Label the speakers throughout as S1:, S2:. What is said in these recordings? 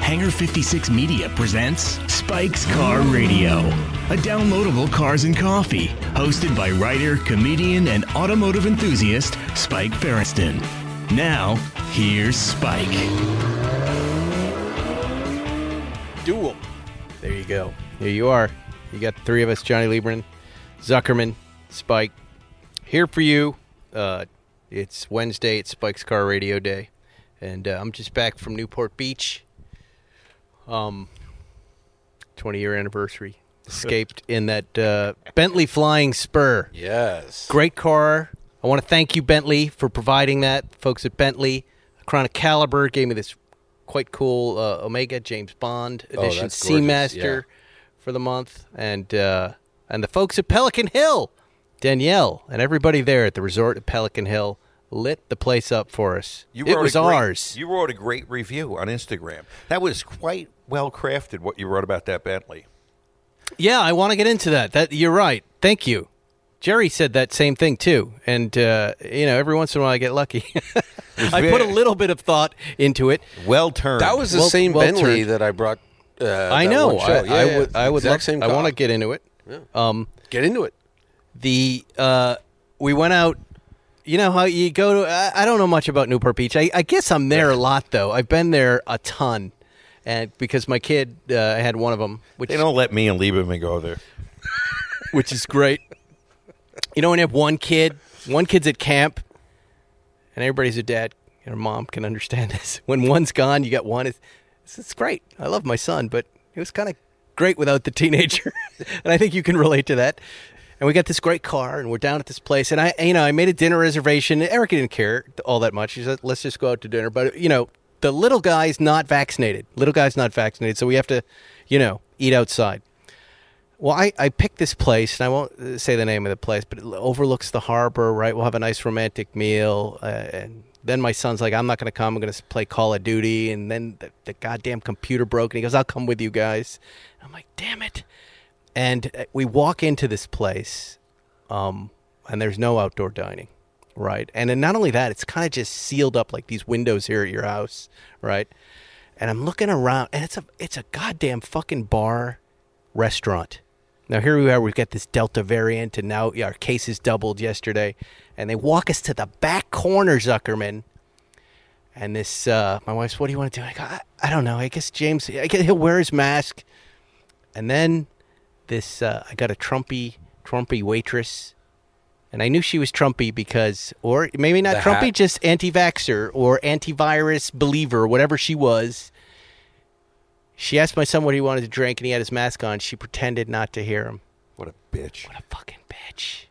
S1: Hangar 56 Media presents Spike's Car Radio, a downloadable cars and coffee, hosted by writer, comedian, and automotive enthusiast Spike Ferriston. Now, here's Spike.
S2: duel. There you go. Here you are. You got the three of us: Johnny Lieberman, Zuckerman, Spike. Here for you. Uh, it's Wednesday. It's Spike's Car Radio Day, and uh, I'm just back from Newport Beach. Um, 20 year anniversary. Escaped in that uh, Bentley Flying Spur.
S3: Yes.
S2: Great car. I want to thank you, Bentley, for providing that. Folks at Bentley, Chronic Caliber gave me this quite cool uh, Omega James Bond edition
S3: Oh, that's gorgeous,
S2: Seamaster for the month, and uh, and the folks at Pelican Hill, Danielle, and everybody there at the resort at Pelican Hill lit the place up for us. it
S3: wrote
S2: was
S3: a great-
S2: ours.
S3: You wrote a great review on Instagram. That was quite well crafted. What you wrote about that Bentley.
S2: Yeah, I want to get into that. That you're right. Thank you. Jerry said that same thing too, and uh, you know, every once in a while I get lucky. I put a little bit of thought into it.
S3: Well turned.
S4: That was the
S2: Well-
S4: same
S2: well
S4: Bentley
S2: turned.
S4: that I brought. Uh,
S2: I
S4: that
S2: know.
S4: one show.
S2: I,
S4: Yeah,
S2: I
S4: yeah,
S2: would. I would.
S4: exact
S2: Love,
S4: same
S2: I want to
S4: car.
S2: get into it. Um,
S4: get into it.
S2: the uh, we went out. You know how you go to? I, I don't know much about Newport Beach. I, I guess I'm there a lot though. I've been there a ton, and because my kid uh, had one of them, which
S3: They don't let me and Lieberman go there.
S2: which is great. You know, when you have one kid, one kid's at camp, and everybody's a dad or mom can understand this. When one's gone, you got one. It's, it's, it's great. I love my son, but it was kind of great without the teenager, and I think you can relate to that. And we got this great car, and we're down at this place, and I, you know, I made a dinner reservation. Erica didn't care all that much. She said, "Let's just go out to dinner," but you know. The little guy's not vaccinated. Little guy's not vaccinated, so we have to, you know, eat outside. Well, I, I picked this place, and I won't uh, say the name of the place, but it l- overlooks the harbor, right? We'll have a nice romantic meal. Uh, and then my son's like, I'm not going to come. I'm going to play Call of Duty. And then the, the goddamn computer broke, and he goes, I'll come with you guys. I'm like, damn it. And uh, we walk into this place, um, and there's no outdoor dining, right? And then not only that, it's kind of just sealed up like these windows here at your house, right? And I'm looking around, and it's a it's a goddamn fucking bar restaurant. Now here we are, we've got this Delta variant, and now yeah, our cases doubled yesterday, and they walk us to the back corner, Zuckerman. And this, uh, my wife's, what do you want to do? I go, I, I don't know. I guess James, I guess he'll wear his mask. And then this, uh, I got a Trumpy, Trumpy waitress. And I knew she was Trumpy because, or maybe not
S4: The
S2: Trumpy,
S4: hat.
S2: just anti vaxxer or antivirus believer, whatever she was. She asked my son what he wanted to drink, and he had his mask on. She pretended not to hear him.
S3: What a bitch.
S2: What a fucking bitch.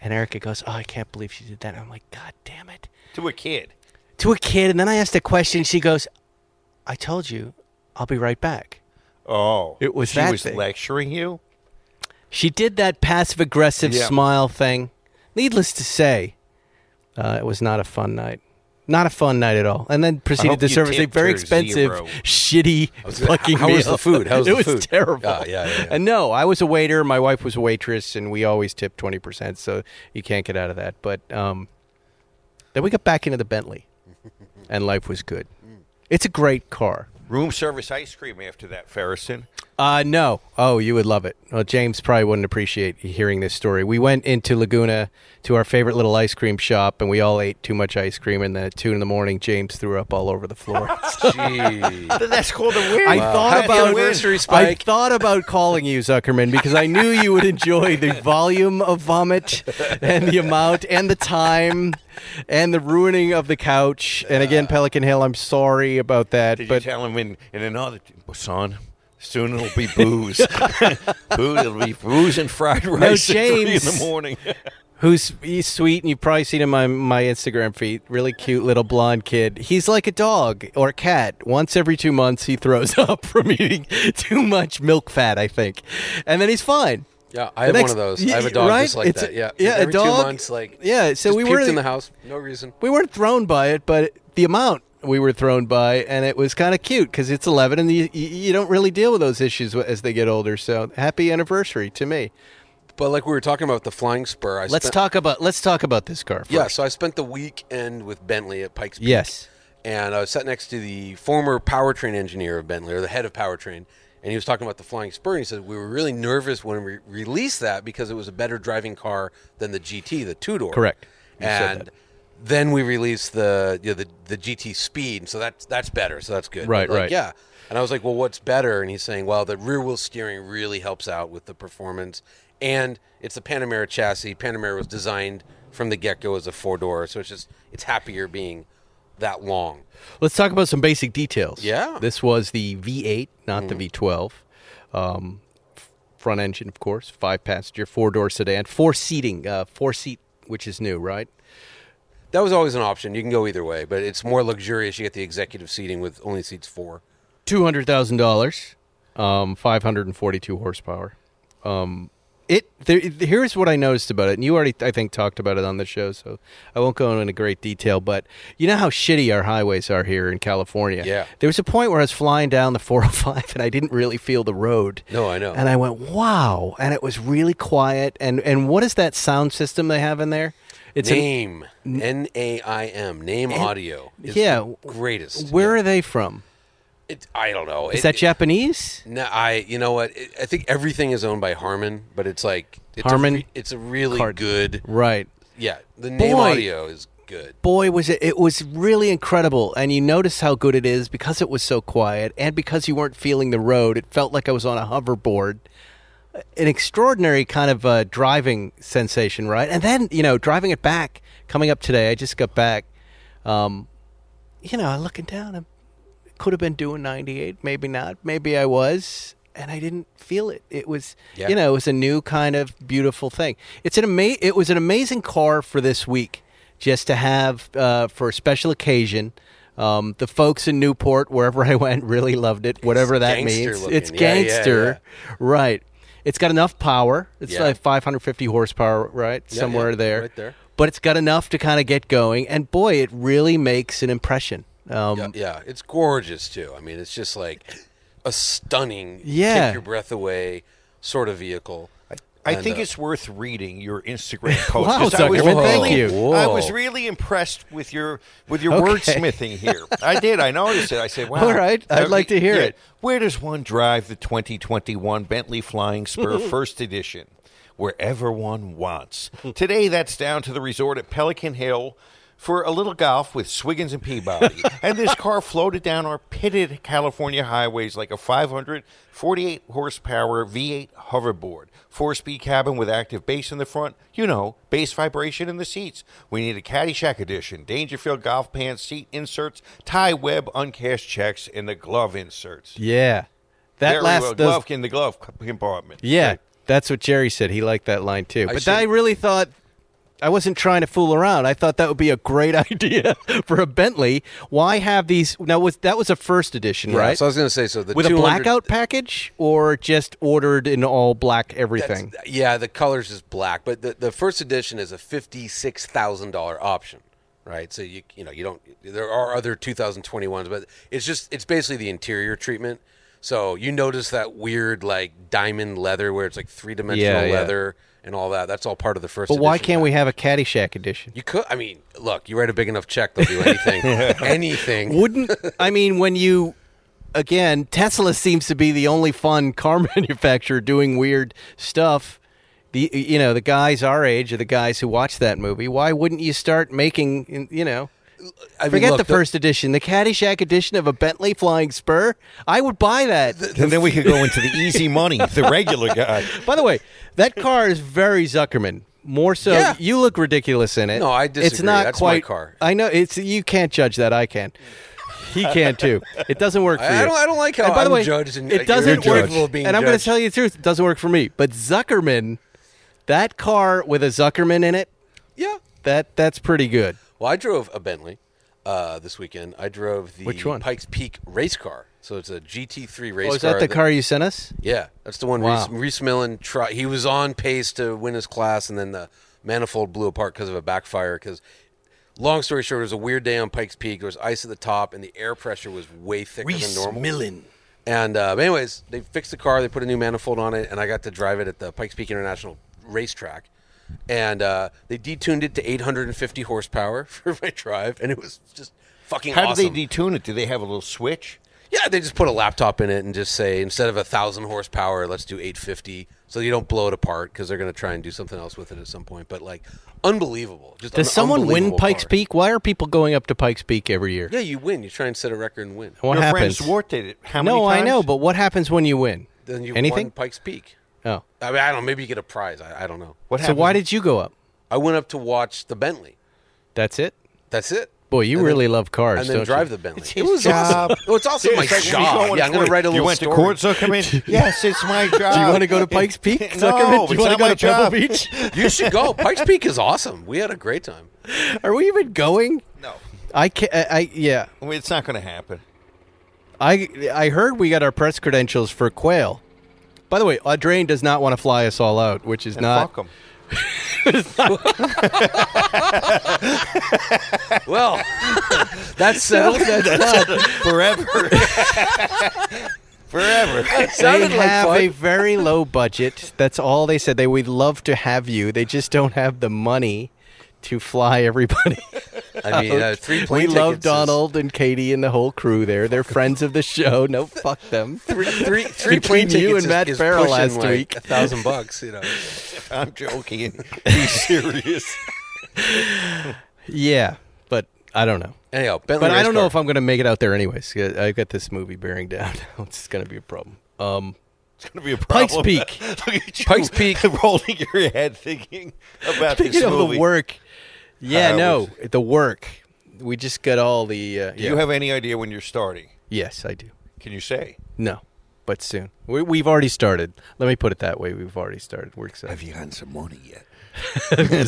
S2: And Erica goes, Oh, I can't believe she did that. And I'm like, God damn it
S3: To a kid.
S2: to a kid, and then I asked a question. She goes, "I told you, I'll be right back."
S3: Oh,
S2: It was
S3: she
S2: that
S3: was
S2: thing.
S3: lecturing you.
S2: She did that passive aggressive
S3: Yeah.
S2: smile thing. Needless to say, uh, it was not a fun night. Not a fun night at all. And then proceeded
S3: hope
S2: to
S3: you
S2: serve us a
S3: tipped
S2: very
S3: her
S2: expensive,
S3: zero.
S2: shitty
S4: was gonna-
S2: fucking
S4: how
S2: meal.
S4: was the food? How was
S2: it
S4: the
S2: was
S4: food?
S2: terrible.
S4: Ah, yeah, yeah, yeah.
S2: And no, I was a waiter. My wife was a waitress, and we always tip twenty percent, so you can't get out of that. But um, then we got back into the Bentley, and life was good.
S4: Mm.
S2: It's a great car.
S3: Room service ice cream after that, Ferrison.
S2: Uh, no. Oh, you would love it. Well, James probably wouldn't appreciate hearing this story. We went into Laguna to our favorite little ice cream shop, and we all ate too much ice cream. And then at two in the morning, James threw up all over the floor.
S4: Gee.
S3: That's called a win.
S2: I
S4: Wow.
S2: thought
S4: Happy
S2: about
S4: anniversary,
S2: I
S4: Spike.
S2: thought about calling you Zuckerman because I knew you would enjoy the volume of vomit and the amount and the time and the ruining of the couch. And again, Pelican Hill, I'm sorry about that.
S3: Did
S2: but
S3: you tell him in, in another son? Soon it'll be booze. booze. It'll be booze and fried rice. at three in
S2: James.
S3: the morning.
S2: who's he's sweet, and you've probably seen him on my Instagram feed. Really cute little blonde kid. He's like a dog or a cat. Once every two months, he throws up from eating too much milk fat, I think, and then he's fine.
S4: Yeah,
S2: The
S4: I have
S2: next-
S4: one of those.
S2: y-
S4: I have a dog
S2: right?
S4: just like
S2: It's a-
S4: that. Yeah,
S2: yeah, a
S4: every
S2: dog-
S4: two months, like
S2: yeah, so
S4: just
S2: we
S4: puked
S2: were-
S4: in the house, no reason.
S2: we weren't thrown by it, but the amount we were thrown by, and it was kind of cute because it's 11, and you, you you don't really deal with those issues as they get older. So happy anniversary to me.
S4: But like we were talking about the flying spur, I
S2: Let's
S4: spent,
S2: talk about let's talk about this car. First.
S4: Yeah, so I spent the weekend with Bentley at Pikes Peak.
S2: Yes.
S4: and I was sat next to the former powertrain engineer of Bentley, or the head of powertrain, and he was talking about the Flying Spur. And he said we were really nervous when we released that because it was a better driving car than the GT, the two door.
S2: Correct. You said
S4: And then we released the you know, the the GT Speed, so that's that's better. So that's good.
S2: Right,
S4: Like,
S2: right.
S4: Yeah. And I was like, well, what's better? And he's saying, well, the rear wheel steering really helps out with the performance, and it's a Panamera chassis. Panamera was designed from the get go as a four door, so it's just it's happier being that long.
S2: Let's talk about some basic details.
S4: Yeah.
S2: This was the V8, not the V12. Um, f- front engine, of course, five passenger, four door sedan, four seating, uh, four seat, which is new, right?
S4: That was always an option. You can go either way, but it's more luxurious. You get the executive seating with only seats four.
S2: two hundred thousand dollars, um, five hundred and forty-two horsepower. Um, it there, here's what I noticed about it, and you already I think talked about it on the show, so I won't go into great detail. But you know how shitty our highways are here in California.
S4: Yeah.
S2: there was a point where I was flying down the 405, and I didn't really feel the road.
S4: No, I know.
S2: And I went, wow, and it was really quiet. And and what is that sound system they have in there? It's an-
S4: Name N A I M Name Audio. Is
S2: yeah.
S4: the greatest.
S2: where
S4: Yeah.
S2: are they from?
S4: It, I don't know.
S2: Is
S4: It-
S2: that
S4: it-
S2: Japanese?
S4: No, I. You know what? It, I think everything is owned by Harman, but it's like it's
S2: Harman
S4: A, re- it's a really
S2: Kardon.
S4: good.
S2: Right.
S4: Yeah, the name
S2: Boy.
S4: audio is good.
S2: boy was it it was really incredible and you notice how good it is because it was so quiet and because you weren't feeling the road it felt like i was on a hoverboard an extraordinary kind of uh, driving sensation right and then you know driving it back coming up today i just got back um, you know looking down i could have been doing 98 maybe not maybe i was and i didn't feel it it was
S4: Yeah.
S2: you know it was a new kind of beautiful thing. It's an ama- It was an amazing car for this week, just to have uh, for a special occasion. Um, the folks in Newport, wherever I went, really loved it. Whatever that
S4: gangster
S2: means,
S4: looking.
S2: it's
S4: Yeah, yeah,
S2: gangster, right? It's got enough power. It's
S4: Yeah.
S2: like 550 horsepower, right? Somewhere
S4: yeah,
S2: there.
S4: right there.
S2: But it's got enough to kind of get going, and boy, it really makes an impression. Um,
S4: Yeah, yeah, it's gorgeous too. I mean, it's just like a stunning,
S2: Yeah.
S4: take your breath away sort of vehicle.
S3: I
S4: And,
S3: think
S4: uh,
S3: it's worth reading your Instagram post.
S2: Wow,
S3: 'cause I was
S2: Zuckerman,
S4: thank
S3: really-
S4: you.
S3: I was
S4: Whoa.
S3: really impressed with your with your
S2: Okay.
S3: wordsmithing here. I did. I noticed it. I said, "Wow."
S2: All right, I'd like to hear it.
S3: Where does one drive the 2021 Bentley Flying Spur First Edition? Wherever one wants. Today, that's down to the resort at Pelican Hill. For a little golf with Swiggins and Peabody. and this car floated down our pitted California highways like a 548 horsepower V8 hoverboard. Four speed cabin with active bass in the front. You know, bass vibration in the seats. We need a Caddyshack edition. Dangerfield golf pants, seat inserts, tie web, uncashed checks, and the glove inserts.
S2: yeah. That
S3: There we
S2: last
S3: go,
S2: those-
S3: glove in the glove c- compartment.
S2: Yeah, that's what Jerry said. He liked that line too. But
S4: should-
S2: I really thought I wasn't trying to fool around. I thought that would be a great idea for a Bentley. Why have these? Now was that was a first edition,
S4: Yeah,
S2: right?
S4: So I was going to say, so the
S2: With a
S4: 200
S2: blackout package, or just ordered in all black
S4: that's-
S2: everything?
S4: Yeah, the colors is black, but the, the first edition is a fifty-six thousand dollar option, right? So you you know you don't. There are other 2021s, but it's just it's basically the interior treatment. So you notice that weird like diamond leather where it's like three-dimensional
S2: Yeah, yeah.
S4: leather and all that. That's all part of the first.
S2: But why
S4: edition
S2: can't
S4: pack.
S2: we have a Caddyshack edition?
S4: You could. I mean, look, you write a big enough check, they'll do anything. anything.
S2: Wouldn't I mean when you? Again, Tesla seems to be the only fun car manufacturer doing weird stuff. The you know the guys our age are the guys who watch that movie. Why wouldn't you start making you know
S4: I mean,
S2: Forget
S4: look,
S2: the first edition, the Caddyshack edition of a Bentley Flying Spur. I would buy that.
S3: And then we could go into the easy money, the regular guy.
S2: By the way, that car is very Zuckerman. More so,
S4: Yeah.
S2: you look ridiculous in it.
S4: No, I
S2: It's
S4: disagree.
S2: not
S4: That's my
S2: quite
S4: car.
S2: I know it's you can't judge that. I can. He can too. It doesn't work for
S4: I- I
S2: you.
S4: don't- I don't like how
S2: and by the
S4: I'm
S2: way,
S4: judged and
S2: it
S4: you're
S2: doesn't work.
S4: capable of being
S2: and I'm going to
S4: judged.
S2: tell you the truth. It doesn't work for me. But Zuckerman, That car with a Zuckerman in it,
S4: Yeah.
S2: that that's pretty good.
S4: Well, I drove a Bentley uh, this weekend. I drove the
S2: Which one?
S4: Pikes Peak race car. So it's a GT3 race
S2: Oh,
S4: car.
S2: is that the car you sent us?
S4: Yeah, that's the one.
S2: Wow.
S4: Reese, Reese Millen tried. He was on pace to win his class, and then the manifold blew apart because of a backfire. Because, long story short, it was a weird day on Pikes Peak. There was ice at the top, and the air pressure was way thicker than normal.
S2: Millen.
S4: And uh, but anyways, they fixed the car. They put a new manifold on it, and I got to drive it at the Pikes Peak International Racetrack. And uh, they detuned it to 850 horsepower for my drive, and it was just fucking.
S3: How
S4: awesome.
S3: do they detune it? Do they have a little switch?
S4: Yeah, they just put a laptop in it and just say instead of a thousand horsepower, let's do eight fifty, so you don't blow it apart because they're going to try and do something else with it at some point. But like, unbelievable! Just
S2: Does
S4: an
S2: someone win
S4: unbelievable
S2: Pikes
S4: car.
S2: Peak? Why are people going up to Pikes Peak every year?
S4: Yeah, you win. You try and set a record and win.
S2: What
S3: Your
S2: happens?
S3: friend Swart did it. How many
S2: no, I
S3: times?
S2: know, but what happens when you win?
S4: Then you won
S2: Anything?
S4: Pikes Peak.
S2: Oh.
S4: I mean, I don't. know. Maybe you get a prize. I, I don't know.
S3: What
S2: So
S3: happened?
S2: why did you go up?
S4: I went up to watch the Bentley.
S2: That's it?
S4: That's it.
S2: Boy, you
S4: And
S2: really
S4: then-
S2: love cars,
S4: And then
S2: don't
S4: drive
S2: you?
S4: the Bentley.
S3: It's his job.
S4: Awesome. Oh, it's also my
S3: It's like,
S4: job.
S3: you
S4: yeah, I'm going to write a little
S3: You went
S4: story.
S3: to court, Zuckerman? yes, it's my job.
S2: Do you want to go to Pikes Peak?
S3: no,
S2: Zuckerman?
S3: it's
S2: Do you want to
S3: not
S2: go
S3: my
S2: to Pebble
S3: job.
S2: Beach?
S4: You should go. Pikes Peak is awesome. We had a great time.
S2: Are we even going?
S3: No,
S2: I can I, I yeah.
S3: I mean, it's not going to happen.
S2: I I heard we got our press credentials for Quail. By the way, Audrain does not want to fly us all out, which is
S3: And
S2: not
S3: fuck 'em.
S4: Well, that's settled.
S3: forever, forever.
S2: They
S4: sounded like
S2: have
S4: fun.
S2: a very low budget. That's all they said. They would love to have you. They just don't have the money to fly everybody.
S4: I mean, uh, three
S2: we
S4: plane
S2: love
S4: tickets is-
S2: Donald and Katie and the whole crew there. They're friends of the show. No, fuck them.
S4: Three, three, three
S2: Between
S4: plane tickets
S2: you and
S4: is,
S2: Matt
S4: is
S2: Farrell
S4: pushing
S2: last
S4: like
S2: week.
S4: a thousand bucks. You know,
S3: I'm joking. Be serious.
S2: Yeah, but I don't know.
S4: anyhow, Bentley.
S2: But I
S4: race
S2: don't know
S4: car.
S2: if I'm going to make it out there anyways. I- I've got this movie bearing down. It's going to be a problem. Um,
S3: It's going to be a
S2: Pikes
S3: problem.
S2: Peak.
S3: Look at you
S4: Pikes Peak.
S3: rolling your head, thinking about
S2: Speaking
S3: this
S2: of
S3: movie.
S2: the work, yeah,
S3: Uh,
S2: no, the work. We just got all the. Uh,
S3: Do you
S2: yeah.
S3: have any idea when you're starting?
S2: Yes, I do.
S3: Can you say?
S2: No, but soon. We, we've already started. Let me put it that way. We've already started. We're excited.
S3: you gotten some money yet?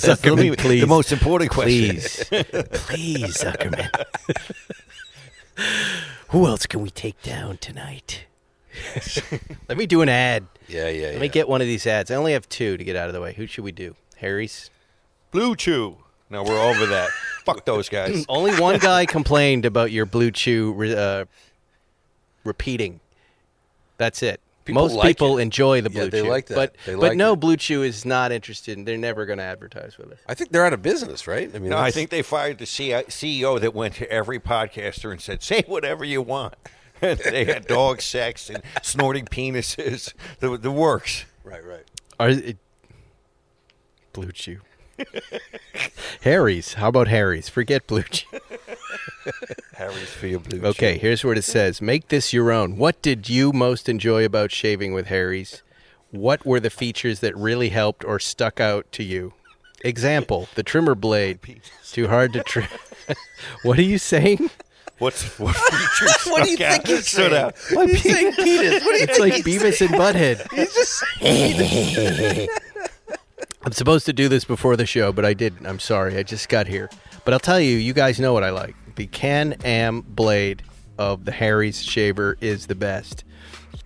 S2: Zuckerman, please.
S3: The most important question.
S2: please, please, Zuckerman. Who else can we take down tonight? Let me do an ad.
S4: Yeah, yeah.
S2: Let me get one of these ads. I only have two to get out of the way. Who should we do? Harry's.
S3: Blue Chew. No, we're over that. Fuck those guys.
S2: Only one guy complained about your Blue Chew re- uh, repeating. That's it.
S4: People
S2: Most
S4: like
S2: people
S4: it.
S2: enjoy the Blue
S4: Yeah, they
S2: Chew,
S4: like that.
S2: but
S4: They
S2: but
S4: like
S2: no,
S4: it.
S2: Blue Chew is not interested. in They're never going to advertise with us.
S4: I think they're out of business, right? I mean,
S3: No, I
S4: that's-
S3: think they fired the E CI CEO that went to every podcaster and said, "Say whatever you want." they had dog sex and snorting penises. The, the works.
S4: Right, right.
S2: Are it, Blue Chew? Harry's. How about Harry's? Forget Blue Chew.
S3: Harry's for your blue.
S2: Okay, here's what it says. Make this your own. What did you most enjoy about shaving with Harry's? What were the features that really helped or stuck out to you? Example, the trimmer blade. Too hard to trim. what are you saying?
S3: Chew. What's what features?
S4: What do you
S3: stuck out-
S4: think he's
S3: stood
S4: saying?
S3: out?
S2: My pe- it's like Beavis and Butthead.
S4: He's just
S2: I'm supposed to do this before the show, but I didn't. I'm sorry. I just got here. But I'll tell you, you guys know what I like. The Can Am blade of the Harry's shaver is the best.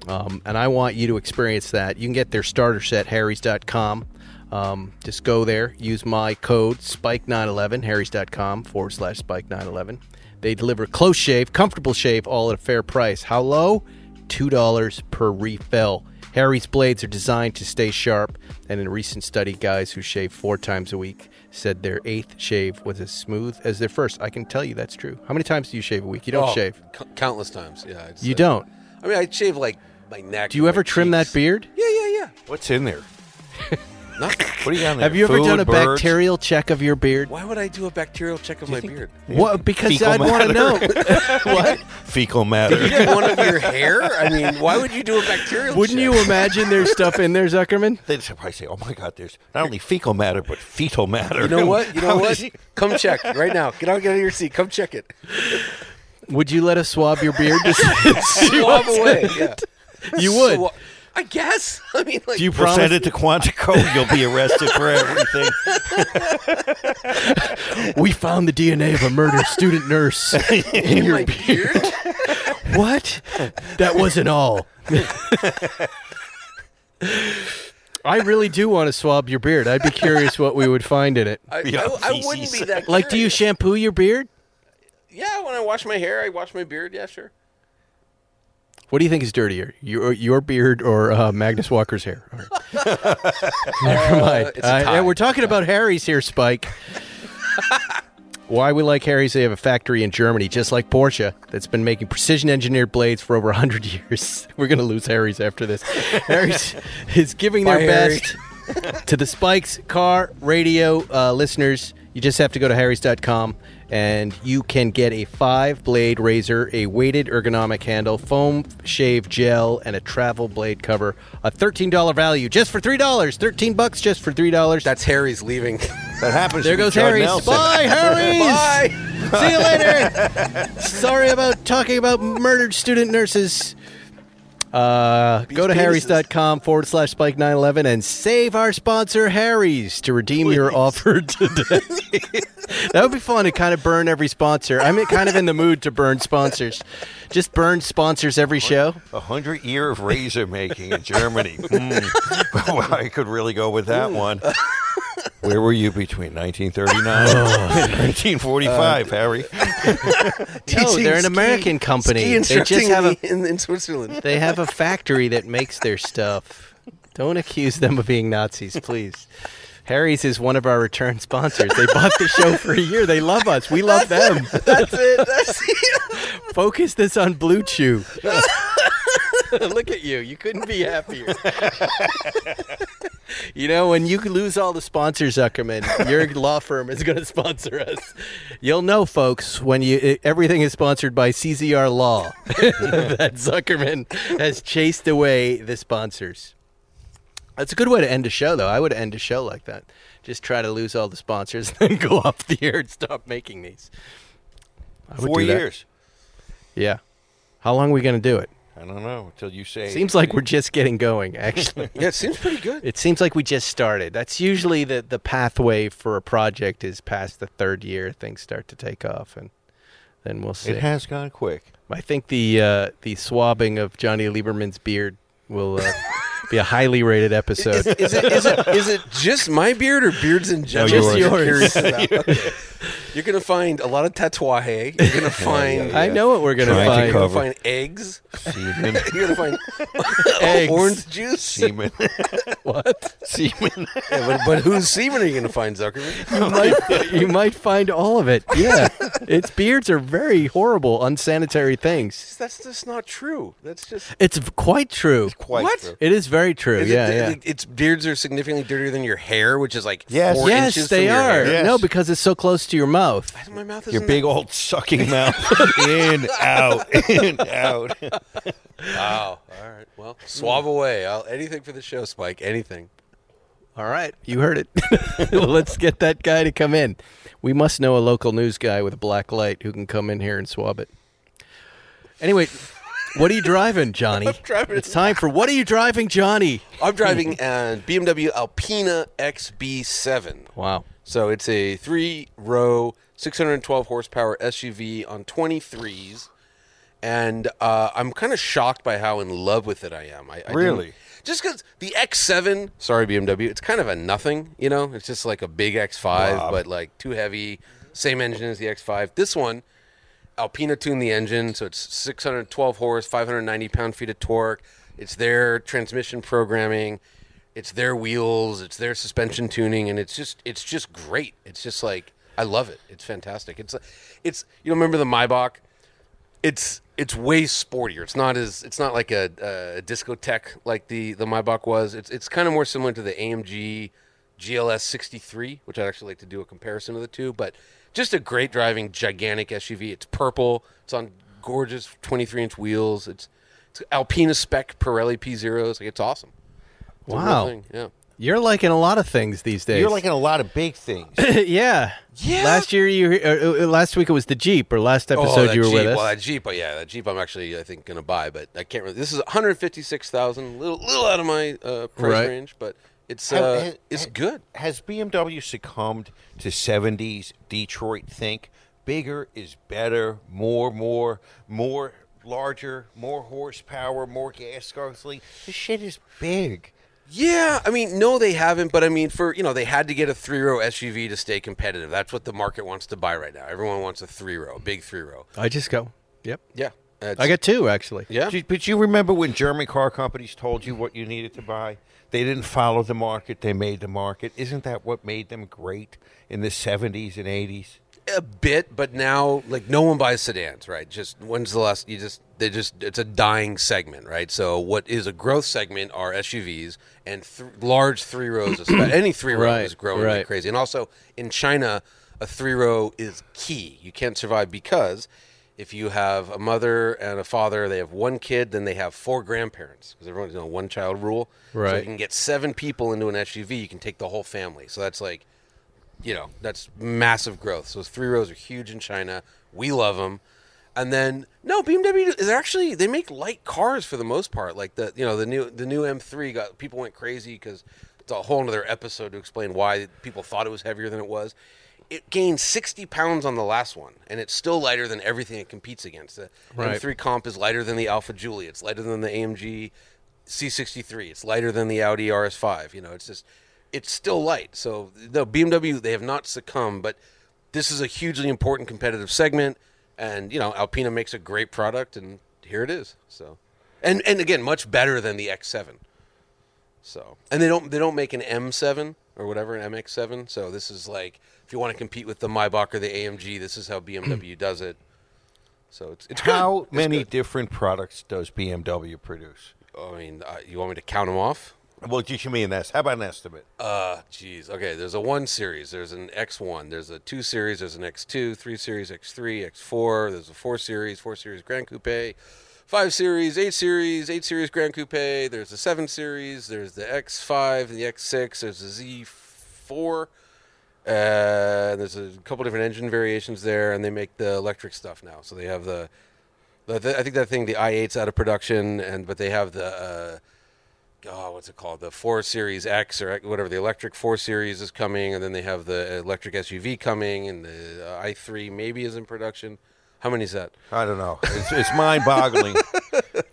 S2: um, and I want you to experience that. You can get their starter set, harrys.com. Um, just go there, use my code spike911, harrys.com forward slash spike911. They deliver close shave, comfortable shave, all at a fair price. How low? $2 per refill. Harry's blades are designed to stay sharp, and in a recent study, guys who shave four times a week said their eighth shave was as smooth as their first. I can tell you that's true. How many times do you shave a week? You don't
S4: Oh,
S2: shave.
S4: c- countless times. Yeah, it's,
S2: You
S4: uh,
S2: don't.
S4: I mean, I shave like my neck.
S2: Do you
S4: and
S2: ever
S4: my
S2: trim
S4: cheeks.
S2: that beard?
S4: Yeah, yeah,
S3: What's in there?
S4: yeah. Nothing.
S3: What do you got in there?
S2: Have you ever
S3: Food,
S2: done a
S3: birds?
S2: bacterial check of your beard?
S4: Why would I do a bacterial check of my beard?
S2: What? Because
S3: Fecal
S2: I'd want to
S3: matter.
S2: know. what?
S3: Fecal
S4: You
S3: matter.
S4: get one of your hair? I mean, why would you do a bacterial?
S2: Wouldn't
S4: check?
S2: you imagine there's stuff in there, Zuckerman?
S3: They'd probably say, "Oh my God, there's not only fecal matter, but fetal matter."
S4: You know what? You know
S3: How
S4: what?
S3: is-
S4: Come check right now. Get out, get out of your seat. Come check it.
S2: Would you let us swab your beard? to see-
S4: Swab away. Yeah.
S2: you would.
S4: Swa- I guess. I mean, like,
S2: Do you
S3: We'll
S2: promise?
S3: send it to Quantico. You'll be arrested for everything.
S2: we found the DNA of a murdered student nurse in your beard. what? That wasn't all. I really do want to swab your beard. I'd be curious what we would find in it.
S4: I,
S3: Yeah,
S4: I- I wouldn't be
S3: feces.
S4: that.
S2: Like, do you
S4: curious.
S2: shampoo your beard?
S4: yeah, when I wash my hair, I wash my beard. Yeah, sure.
S2: What do you think is dirtier, your your beard or uh, Magnus Walker's hair? All right. Never mind.
S4: Oh, it's a
S2: Uh, yeah,
S4: tie.
S2: we're talking about Harry's here, Spike. Why we like Harry's? They have a factory in Germany, just like Porsche, that's been making precision engineered blades for over hundred years. We're gonna lose Harry's after this. Harry's is giving
S4: Bye,
S2: their
S4: Harry.
S2: best to the Spikes Car Radio uh, listeners, you just have to go to harrys.com and you can get a five blade razor, a weighted ergonomic handle, foam shave gel, and a travel blade cover. A $13 value just for $3. 13 bucks just for $3.
S4: That's Harry's leaving.
S3: That happens.
S2: there
S3: to be
S2: goes
S3: John
S2: Harry's.
S3: Nelson.
S2: Bye, Harry's!
S4: Bye.
S2: See you later. Sorry about talking about murdered student nurses. Uh, go to
S4: penises.
S2: harrys.com forward slash spike 911 and save our sponsor Harry's to redeem your offer today. that would be fun to kind of burn every sponsor. I'm kind of in the mood to burn sponsors. Just burn sponsors every show.
S3: A hundred year of razor making in Germany. Hmm. Well, I could really go with that one. Where were you between 1939
S2: Oh.
S3: and 1945,
S2: Uh,
S3: Harry?
S2: No, they're an American company. They just have a
S4: in, in Switzerland.
S2: they have a factory that makes their stuff. Don't accuse them of being Nazis, please. Harry's is one of our return sponsors. They bought the show for a year. They love us. We love them.
S4: That's it. That's it.
S2: Focus this on Blue Chew. Look at you. You couldn't be happier. you know, when you lose all the sponsors, Zuckerman, your law firm is going to sponsor us. You'll know, folks, when you e, everything is sponsored by CZR Law that Zuckerman has chased away the sponsors. That's a good way to end a show, though. I would end a show like that. Just try to lose all the sponsors and then go off the air and stop making these. I would
S3: Four
S2: do that.
S3: years.
S2: Yeah. How long are we going to do it?
S3: I don't know until you say.
S2: Seems like we're just getting going, actually.
S4: Yeah, it seems pretty good.
S2: it seems like we just started. That's usually the, the pathway for a project is past the third year, things start to take off, and then we'll see.
S3: it has gone quick.
S2: I think the uh, the swabbing of Johnny Lieberman's beard will uh, be a highly rated episode.
S4: Is it, is, it, is it just my beard or beards in general?
S2: just
S4: that you're
S2: yours.
S4: curious about? You're going to find a lot of tatouage. You're going to find
S2: I know what we're going to find.
S3: Trying to
S4: You're
S3: cover-
S4: going to find eggs.
S3: Semen.
S4: You're going to find
S2: Eggs.
S4: orange juice.
S3: Semen.
S2: What?
S3: Semen.
S4: Yeah, but, but whose semen are you going to find, Zuckerman?
S2: You might, you might find all of it. Yeah. Its beards are very horrible, unsanitary things.
S4: That's just not true. That's just.
S2: It's quite true.
S3: Quite
S4: What?
S3: true.
S2: It is very true.
S4: Is it-
S2: yeah, yeah.
S4: it- It's beards are significantly dirtier than your hair, which is like
S3: Yes.
S4: four
S2: yes,
S4: inches
S2: they
S4: from
S2: are.
S4: Your hair.
S3: Yes.
S2: No, because it's so close to your mouth.
S4: My mouth is
S3: Your big old sucking mouth. in, out, in, out.
S4: Wow. Oh, All right. Well, swab away. I'll, anything for the show, Spike. Anything.
S2: All right, you heard it. Let's get that guy to come in. We must know a local news guy with a black light who can come in here and swab it. Anyway, what are you driving, Johnny?
S4: driving-
S2: It's time for what are you driving, Johnny?
S4: I'm driving a BMW Alpina XB7.
S2: Wow.
S4: So it's a three-row, 612 horsepower SUV on 23s, and uh, I'm kind of shocked by how in love with it I am. I, I didn't-
S3: Really?
S4: Just because the X7, sorry BMW, it's kind of a nothing, you know. It's just like a big X5, but like too heavy. Same engine as the X5. This one, Alpina tuned the engine, so it's 612 horse, 590 pound feet of torque. It's their transmission programming, it's their wheels, it's their suspension tuning, and it's just it's just great. It's just like I love it. It's fantastic. It's it's you know remember the Maybach it's it's way sportier. It's not as it's not like a, a discotheque like the the Maybach was. It's it's kind of more similar to the AMG GLS 63, which I'd actually like to do a comparison of the two. But just a great driving gigantic SUV. It's purple. It's on gorgeous 23 inch wheels. It's it's Alpina spec Pirelli P0s. Like it's awesome. It's a real
S2: Wow.
S4: thing, Yeah.
S2: You're liking a lot of things these days.
S3: You're liking a lot of big things.
S2: yeah.
S4: Yeah.
S2: Last year you uh, uh, last week it was the Jeep or last episode
S4: Oh, that
S2: you were
S4: Jeep,
S2: with us.
S4: Well, that Jeep, oh, yeah, that Jeep. I'm actually, I think, going to buy, but I can't. Really, this is 156,000, little little out of my uh, price
S2: Right.
S4: range, but it's
S3: Have-
S4: uh,
S3: ha-
S4: it's
S3: ha-
S4: good.
S3: Has BMW succumbed to 70s Detroit think? Bigger is better, more, more, more, larger, more horsepower, more gas guzzling. This shit is big.
S4: Yeah, I mean, no, they haven't, but I mean, for you know, they had to get a three row SUV to stay competitive. That's what the market wants to buy right now. Everyone wants a three row, big three row.
S2: I just go. Yep.
S4: Yeah, it's-
S2: I got two actually.
S4: Yeah,
S3: Do you- But you remember when German car companies told you what you needed to buy? They didn't follow the market, they made the market. Isn't that what made them great in the 70s and 80s?
S4: a bit, but now like no one buys sedans, right? Just when's the last you just they just it's a dying segment, right? So what is a growth segment are SUVs and th- large three rows. is- any three row
S2: Right,
S4: is growing like
S2: right.
S4: crazy, and also in China, a three row is key. You can't survive because if you have a mother and a father, they have one kid, then they have four grandparents because everyone's on a one child rule. So
S2: Right.
S4: you can get seven people into an SUV, you can take the whole family. So that's like you know that's massive growth. So three rows are huge in China. We love them, and then no BMW is actually they make light cars for the most part. Like the you know the new the new M3 got people went crazy because it's a whole other episode to explain why people thought it was heavier than it was. It gained 60 pounds on the last one, and it's still lighter than everything it competes against. The
S2: Right.
S4: M3 comp is lighter than the Alpha Julia. It's lighter than the AMG C63. It's lighter than the Audi RS5. You know, it's just it's still light. So the BMW they have not succumbed, but this is a hugely important competitive segment, and you know Alpina makes a great product, and here it is. So, and and again, much better than the X7. So, and they don't they don't make an M7 or whatever an MX7. So this is like if you want to compete with the Maybach or the AMG, this is how BMW does it. So it's it's good.
S3: How
S4: It's
S3: many
S4: good.
S3: different products does BMW produce?
S4: I mean, uh, you want me to count them off?
S3: Well, just give me an estimate. How about an estimate?
S4: Uh, jeez. Okay, there's a one series, there's an X1, there's a two series, there's an X2, three series, X3, X4, there's a four series, four series Grand Coupe, five series, eight series, eight series Grand Coupe, there's a seven series, there's the X5, the X6, there's the Z4. Uh, there's a couple different engine variations there, and they make the electric stuff now. So they have the, the, the I think that thing the i8's out of production, and but they have the uh, oh, what's it called? The 4 Series X or whatever. The electric 4 Series is coming, and then they have the electric SUV coming, and the uh, i3 maybe is in production. How many is that?
S3: I don't know. It's, it's mind boggling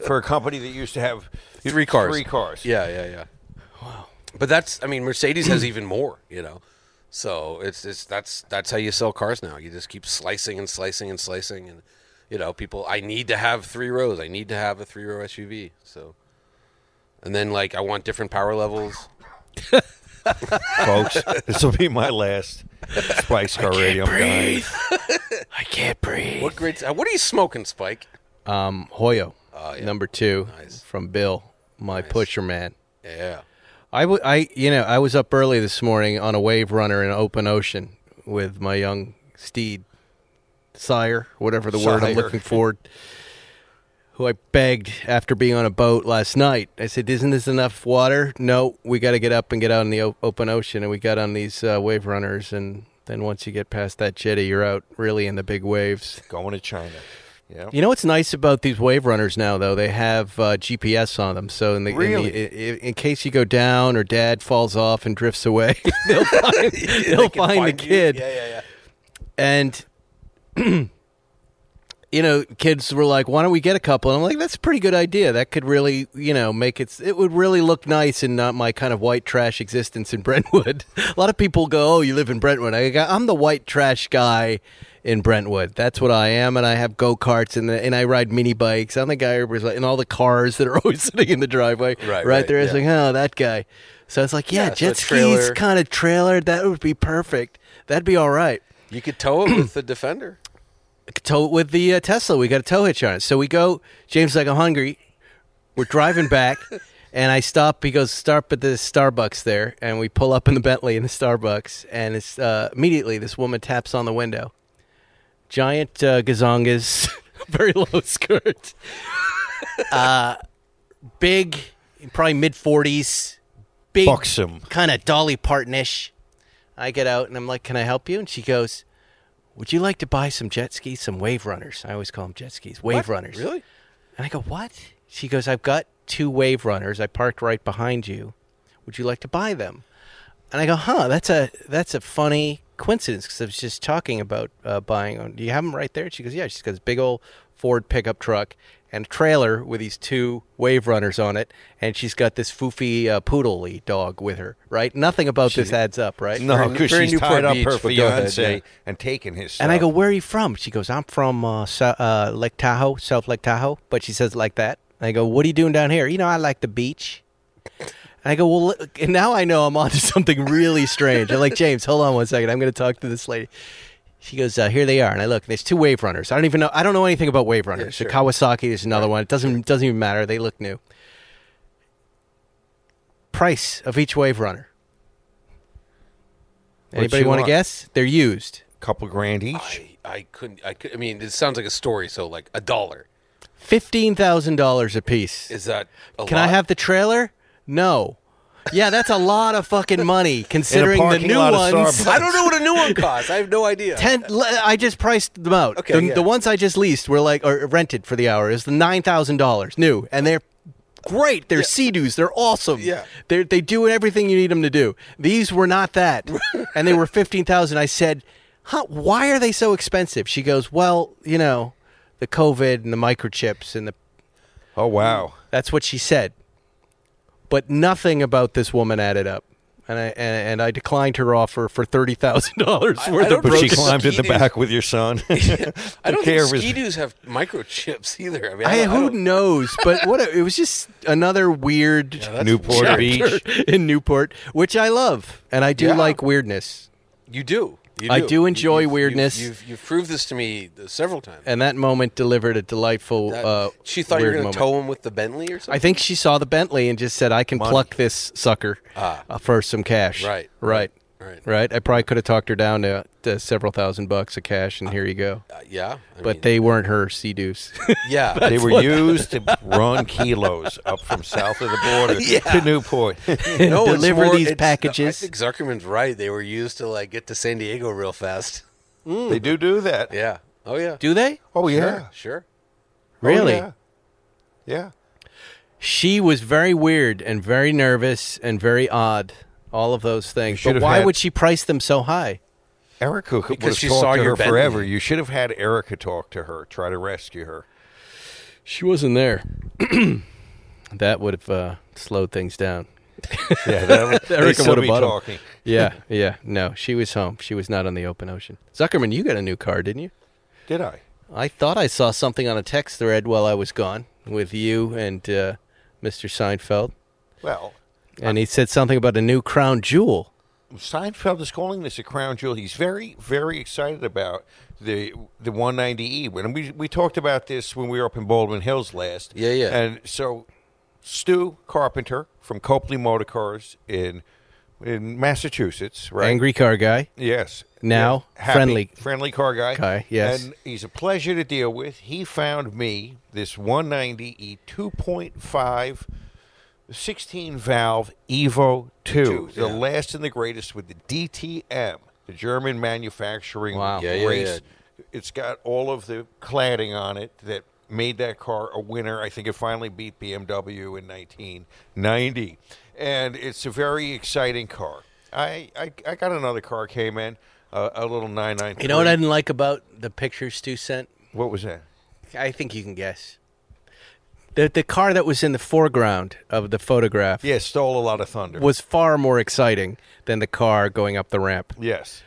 S3: for a company that used to have
S4: Three cars.
S3: Three cars.
S4: Yeah, yeah, yeah. Wow. But that's, I mean, Mercedes has even more, you know. So it's it's that's that's how you sell cars now. You just keep slicing and slicing and slicing, and you know, people. I need to have three rows. I need to have a three row SUV. So, and then like I want different power levels.
S3: folks. This will be my last Spice Car Radio. I'm dying.
S2: I can't breathe.
S4: What great? What are you smoking, Spike?
S2: Um Hoyo. Number 2 from Bill, my pusher man.
S4: Yeah.
S2: I, w- I you know I was up early this morning on a wave runner in open ocean with my young steed sire whatever the word I'm
S3: Sire.
S2: looking for who I begged after being on a boat last night I said isn't this enough water no we got to get up and get out in the o- open ocean and we got on these uh, wave runners and then once you get past that jetty you're out really in the big waves
S3: Going to China. Yeah.
S2: you know what's nice about these wave runners now, though? They have uh, GPS on them, so in the, in,
S3: Really?
S2: the in, in case you go down or Dad falls off and drifts away, they'll find, they'll
S4: can
S2: find the
S4: you.
S2: kid.
S4: Yeah, yeah, yeah.
S2: And you know, kids were like, "Why don't we get a couple?" And I'm like, "That's a pretty good idea. That could really, you know, make it. It would really look nice in not my kind of white trash existence in Brentwood. a lot of people go, "Oh, you live in Brentwood." I go, I'm the white trash guy in Brentwood. That's what I am, and I have go karts and the, and I ride mini bikes. I'm the guy who was like, and all the cars that are always sitting in the driveway,
S4: Right, right,
S2: there. It's
S4: yeah.
S2: like, oh, that guy. So it's like, yeah,
S4: Yeah, so
S2: jet skis,
S4: trailer.
S2: kind of trailer. That would be perfect. That'd be all right.
S4: You could tow it with the Defender.
S2: tow with the uh, Tesla. We got a tow hitch on it. So we go. James is like I'm hungry. We're driving back, and I stop. He goes stop at the Starbucks there, and we pull up in the Bentley in the Starbucks, and it's uh, immediately this woman taps on the window. Giant uh, gazongas, very low skirt, uh, big, probably mid forties, big
S3: Buxom.
S2: kind of Dolly Partonish. I get out and I'm like, "Can I help you?" And she goes, "Would you like to buy some jet skis, some wave runners?" I always call them jet skis, wave runners.
S4: Really?
S2: And I go, "What?" She goes, "I've got two wave runners. I parked right behind you. Would you like to buy them?" And I go, "Huh, that's a that's a funny coincidence because I was just talking about uh, buying one. Do you have them right there?" She goes, "Yeah." She's got this big old Ford pickup truck and a trailer with these two wave runners on it, and she's got this foofy uh, poodle-y dog with her. Right? Nothing about this adds up, right?
S3: No,
S4: Very-
S3: because
S4: very
S3: she's
S4: Newport
S3: tied up
S4: Beach,
S3: her
S4: but go ahead,
S3: fiance
S4: yeah.
S3: and taking his.
S2: And I go,
S3: stuff.
S2: "Where are you from?" She goes, "I'm from uh, Sou- uh, Lake Tahoe, South Lake Tahoe." But she says it like that. And I go, "What are you doing down here?" You know, I like the beach. And I go, "Well," look," and now I know I'm onto something really strange. I'm like, "James, hold on one second. I'm going to talk to this lady." She goes, uh, "Here they are." And I look. And there's two wave runners. I don't even know. I don't know anything about wave runners.
S4: sure.
S2: The Kawasaki. There's another one. It doesn't doesn't even matter. They look new. Price of each wave runner.
S3: What'd
S2: Anybody
S3: she
S2: want to
S3: want?
S2: guess? They're used.
S3: couple grand each.
S4: I, I couldn't. I could. I mean, it sounds like a story. So like a dollar
S2: Fifteen thousand dollars a piece.
S4: is that? A
S2: Can I
S4: lot?
S2: have the trailer? No. Yeah, that's a lot of fucking money considering the
S3: parking
S2: new
S3: lot of
S2: ones.
S3: Starbucks.
S4: I don't know what a new one costs. I have no idea.
S2: Ten, le- I just priced them out.
S4: Okay,
S2: the,
S4: yeah.
S2: the ones I just leased were like or rented for the hour is the nine thousand dollars new, and they're great. They're sea-doos. They're awesome.
S4: Yeah.
S2: they they do everything you need them to do. These were not that, and they were fifteen thousand. I said, huh, "Why are they so expensive?" She goes, "Well, you know, the COVID and the microchips and the
S3: Oh wow!
S2: That's what she said. But nothing about this woman added up. And I, and, and I declined her offer for $30,000 worth
S4: don't
S2: of
S4: But Bro,
S3: But she
S2: broken
S4: just
S3: climbed in the
S4: skidoos.
S3: back with your son.
S4: I
S3: Took
S4: don't
S3: care
S4: think
S3: of his-
S4: skidoos have microchips either. I mean, I,
S2: I,
S4: don't- I
S2: who
S4: don't-
S2: knows? But what a, it was just another weird
S3: Newport
S4: chapter.
S3: Beach.
S2: in Newport, which I love. And I do
S4: Yeah.
S2: like weirdness.
S4: you do. You
S2: I do enjoy
S4: you've-
S2: weirdness.
S4: You've, you've, you've proved this to me several times.
S2: And that moment delivered a delightful.
S4: That-
S2: uh,
S4: she thought you were
S2: weird
S4: going
S2: moment.
S4: to tow him with the Bentley or something.
S2: I think she saw the Bentley and just said, "I can pluck this sucker uh, for some cash."
S4: Ah. Right.
S2: right,
S4: Right.
S2: right. I probably could have talked her down to, to several thousand bucks of cash, and here you go.
S4: Uh, yeah, I
S2: But
S4: mean,
S2: they weren't her sea deuce.
S4: yeah,
S3: They were used to run kilos up from south of the border to Newport.
S4: no, it's
S2: deliver these
S4: it's-
S2: packages.
S4: I think Zuckerman's right. They were used to like get to San Diego real fast.
S3: they do do that.
S4: Yeah. Oh yeah.
S2: Do they?
S3: Oh yeah.
S4: Sure.
S3: Oh,
S2: Really?
S3: yeah. Yeah.
S2: She was very weird and very nervous and very odd. All of those things.
S3: should
S2: But
S3: have
S2: why
S3: had-
S2: would she price them so high?
S3: Erica would
S4: Because
S3: have
S4: she
S3: talked
S4: saw
S3: to
S4: your
S3: her forever.
S4: Bentley.
S3: You should have had Erica talk to her, try to rescue her.
S2: She wasn't there. that would have uh, slowed things down.
S3: Yeah, that would, they
S2: Erica
S3: still
S2: would have
S3: be
S2: bought 'em.
S3: talking.
S2: Yeah, yeah. No, she was home. She was not on the open ocean. Zuckerman, you got a new car, didn't you?
S3: Did I?
S2: I thought I saw something on a text thread while I was gone with you and uh, Mr. Seinfeld,
S3: Well,
S2: and he said something about a new crown jewel.
S3: Seinfeld is calling this a crown jewel. He's very, very excited about the the 190E. When we we talked about this when we were up in Baldwin Hills last.
S4: Yeah, yeah.
S3: And so, Stu Carpenter from Copley Motor Cars in in Massachusetts, right?
S2: Angry car guy.
S3: Yes.
S2: Now,
S3: Yeah. Happy,
S2: friendly.
S3: friendly car guy.
S2: Guy, yes.
S3: And he's a pleasure to deal with. He found me this E 190E 2.5 16 valve Evo 2, the last and the greatest with the DTM, the German manufacturing
S2: Wow.
S4: Yeah, yeah,
S3: race. It's got all of the cladding on it that made that car a winner. I think it finally beat BMW in 1990. And it's a very exciting car. I, I, I got another car came in, uh, a little 993.
S2: You know what I didn't like about the pictures Stu sent?
S3: What was that?
S2: I think you can guess. The the car that was in the foreground of the photograph
S3: Yeah, stole a lot of thunder.
S2: was far more exciting than the car going up the ramp.
S3: yes.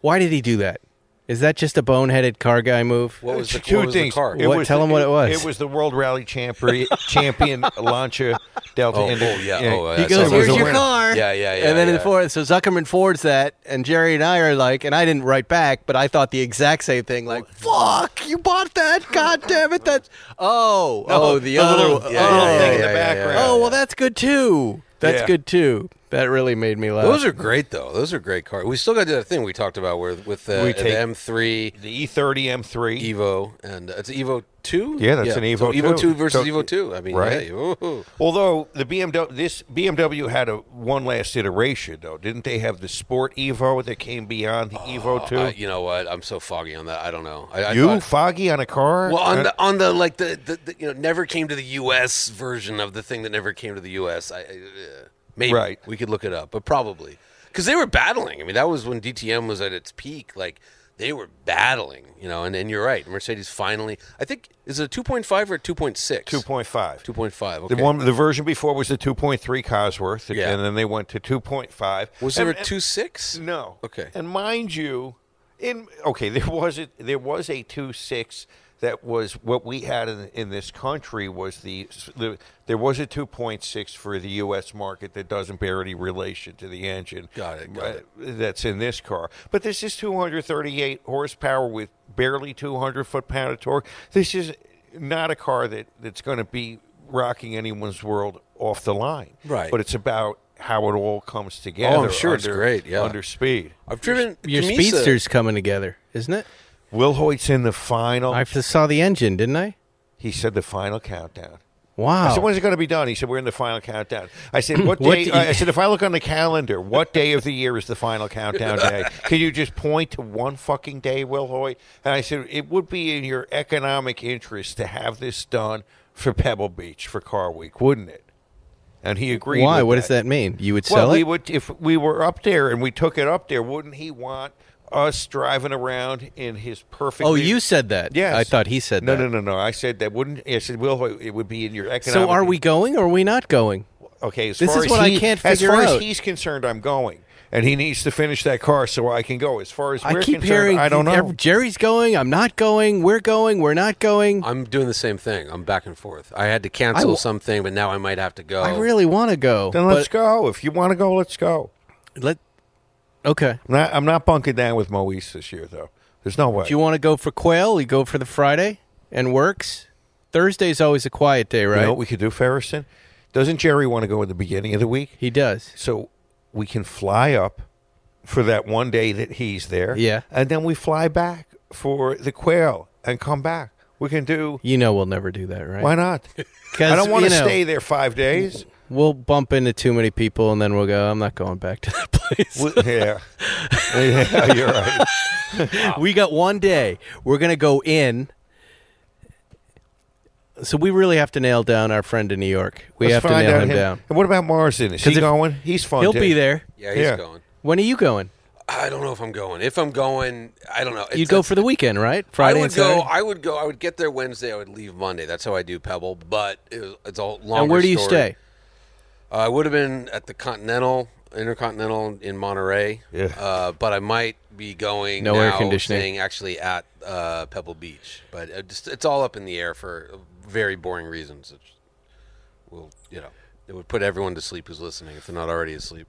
S2: Why did he do that? Is that just a boneheaded car guy move?
S4: What was the,
S3: two
S4: what was the
S3: things.
S4: car?
S3: It
S2: What-
S3: was
S2: tell
S3: the,
S2: 'em what it was.
S3: It was the World Rally Champion Champion Lancia Delta.
S4: Oh,
S3: and-
S4: oh, yeah, oh, uh,
S2: He
S4: That
S2: goes,
S4: sounds like
S2: "Here's
S4: a
S2: your
S4: winner."
S2: car."
S4: Yeah, yeah, yeah,
S2: And then in the
S4: yeah.
S2: forward, so Zuckerman forwards that, and Jerry and I are like, and I didn't write back, but I thought the exact same thing. Like, "Fuck, you bought that? God damn it! That's oh, oh, the,
S3: the
S2: other,
S3: little-
S2: one.
S3: yeah,
S2: oh,
S3: yeah,
S4: yeah,
S3: thing
S4: yeah,
S3: in the
S4: yeah, yeah.
S3: background.
S2: oh, well, that's good too. That's
S3: Yeah.
S2: good too. That really made me laugh.
S4: Those are great though. Those are great cars. We still got to do that thing we talked about where with uh, the,
S3: We
S4: the
S3: take-
S4: M3
S3: The E E30
S4: E
S3: M3.
S4: Evo and uh, it's Evo two.
S3: Yeah, that's an
S4: So
S3: Evo
S4: Evo
S3: 2.
S4: two versus
S3: So-
S4: Evo two. I mean,
S3: Right.
S4: hey, ooh.
S3: Although the BMW, this BMW had a one last iteration though, didn't they have the Sport Evo that came beyond the Evo too?
S4: Oh, I- you know what? I'm so foggy on that. I don't know. I, I
S3: you
S4: thought-
S3: foggy on a car?
S4: well, on
S3: Uh,
S4: the on the like the, the, the you know never came to the U.S. version of the thing that never came to the U.S. I, I, uh, maybe
S3: Right.
S4: we could look it up, but probably because they were battling. I mean, that was when DTM was at its peak. Like they were battling, you know. And, and you're right. Mercedes finally, I think, is it a 2.5 or a 2.6?
S3: 2.5.
S4: 2.5.
S3: The
S4: Okay.
S3: one, the version before was the 2.3 Cosworth,
S4: Yeah.
S3: and then they went to 2.5.
S4: was there
S3: And-
S4: a
S3: and-
S4: 2.6?
S3: No.
S4: Okay.
S3: And mind you, in okay, there was a, there was a two six that was what we had in, in this country was the, the there was a two point six for the U.S. market that doesn't bear any relation to the engine.
S4: Got it, got
S3: uh,
S4: it.
S3: That's in this car, but this is two hundred thirty eight horsepower with barely two hundred foot pound of torque. This is not a car that that's going to be rocking anyone's world off the line.
S4: Right.
S3: But it's about how it all comes together.
S4: sure it's
S3: under-
S4: great, yeah.
S3: Under speed.
S4: I've driven
S2: Your
S4: Camisa-
S2: speedster's coming together, isn't it?
S3: Will Hoyt's in the final.
S2: I just saw the engine, didn't I?
S3: he said the final countdown. I
S2: Wow.
S3: said, when's it going to be done? He said, we're in the final countdown. I said, what
S2: Oh. What
S3: day?
S2: do you-
S3: I said, if I look on the calendar, what day of the year is the final countdown day? Can you just point to one fucking day, Will Hoyt? And I said, it would be in your economic interest to have this done for Pebble Beach for Car Week, wouldn't it? And he agreed.
S2: Why?
S3: with
S2: What does that mean? You would
S3: Well,
S2: sell
S3: we
S2: it?
S3: would if we were up there and we took it up there. Wouldn't he want us driving around in his perfect?
S2: oh, you said that.
S3: Yes.
S2: I thought he said
S3: no,
S2: that.
S3: No, no, no, I said that wouldn't. I said, Will, it would be in your economic.
S2: So are we going or are we not going?
S3: Okay, as
S2: This
S3: far
S2: is
S3: as
S2: what I
S3: he-
S2: can't
S3: as
S2: figure
S3: far
S2: out.
S3: as he's concerned, I'm going, and he needs to finish that car so I can go. As far as
S2: I
S3: we're
S2: keep
S3: concerned,
S2: hearing
S3: I don't know.
S2: ev- Jerry's going, I'm not going, we're going, we're not going.
S4: I'm doing the same thing. I'm back and forth. I had to cancel
S2: w-
S4: something, but now I might have to go.
S2: I really want to go.
S3: Oh. then let's go. If you want to go, let's go.
S2: go. Let, okay.
S3: I'm not, I'm not bunking down with Moise this year, though. There's no way.
S2: Do you want to go for quail? You go for the Friday and works? Thursday's always a quiet day,
S3: You
S2: right?
S3: know what we could do, Ferriston? Doesn't Jerry want to go at the beginning of the week?
S2: he does.
S3: So we can fly up for that one day that he's there.
S2: Yeah.
S3: And then we fly back for the quail and come back. We can do.
S2: You know we'll never do that, right?
S3: Why not?
S2: 'Cause,
S3: I don't want
S2: you
S3: to
S2: know,
S3: stay there five days.
S2: We'll bump into too many people and then we'll go, I'm not going back to that place.
S3: We- yeah. yeah. You're right.
S2: we got one day. We're gonna go in. So we really have to nail down our friend in New York. We have
S3: Let's
S2: to
S3: find
S2: nail
S3: out
S2: him
S3: him.
S2: down.
S3: And what about Morrison? Is he
S2: 'Cause if-
S3: going? He's fun.
S2: He'll
S3: too.
S2: be there.
S4: yeah, he's
S3: Yeah.
S4: going.
S2: When are you going?
S4: I don't know if I'm going. If I'm going, I don't know. It's-
S2: You'd go
S4: it's-
S2: for the weekend, right? Friday
S4: I
S2: and
S4: would
S2: Saturday.
S4: go. I would go. I would get there Wednesday. I would leave Monday. That's how I do Pebble. But it was, it's a long.
S2: and where do you stay?
S4: Uh, I would have been at the Continental, Intercontinental in Monterey.
S3: Yeah.
S4: Uh, but I might be going.
S2: No air
S4: now,
S2: conditioning.
S4: staying actually at uh, Pebble Beach, but it just, it's all up in the air for very boring reasons. It will you know it would put everyone to sleep who's listening if they're not already asleep.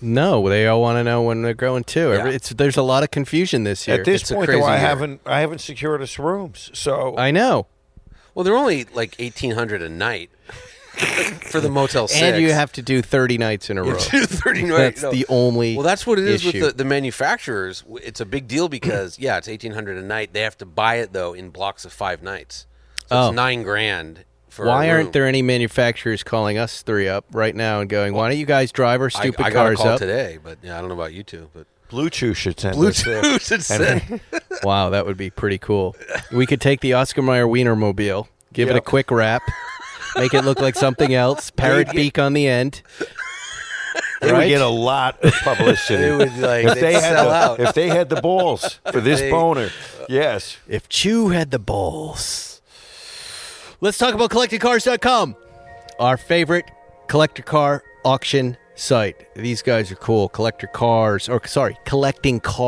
S2: No, they all want to know when they're going too. Every-
S4: Yeah.
S2: It's there's a lot of confusion this year.
S3: At this
S4: It's a
S3: point, though,
S4: crazy
S3: I
S4: year.
S3: haven't I haven't secured us rooms. So
S2: I know.
S4: Well, they're only like eighteen hundred a night for the Motel Six,
S2: And you have to do 30 nights in a row.
S4: two thirty nine.
S2: That's the only
S4: Well, that's what it is
S2: issue.
S4: with the, the manufacturers. W- It's a big deal because yeah, it's eighteen hundred a night. They have to buy it though in blocks of five nights. So
S2: Oh.
S4: it's nine grand. For a
S2: Why
S4: room.
S2: aren't there any manufacturers calling us three up right now and going, "Why don't you guys drive our
S4: I,
S2: stupid
S4: I got a
S2: cars
S4: call
S2: up?"
S4: today, but yeah, I don't know about you two, but
S3: Bluetooth should send us there.
S4: Bluetooth it said.
S2: Wow, that would be pretty cool. We could take the Oscar Mayer Wiener mobile, give it a
S3: Yep.
S2: quick wrap, make it look like something else, parrot beak on the end.
S3: They would
S2: Right?
S3: get a lot of publicity.
S4: They would, like,
S3: if they
S4: they'd
S3: had
S4: sell
S3: the,
S4: out.
S3: If they had the balls for this
S4: They-
S3: boner, yes.
S2: If Chew had the balls. Let's talk about collectingcars.com, our favorite collector car auction site. These guys are cool. Collector cars, or sorry,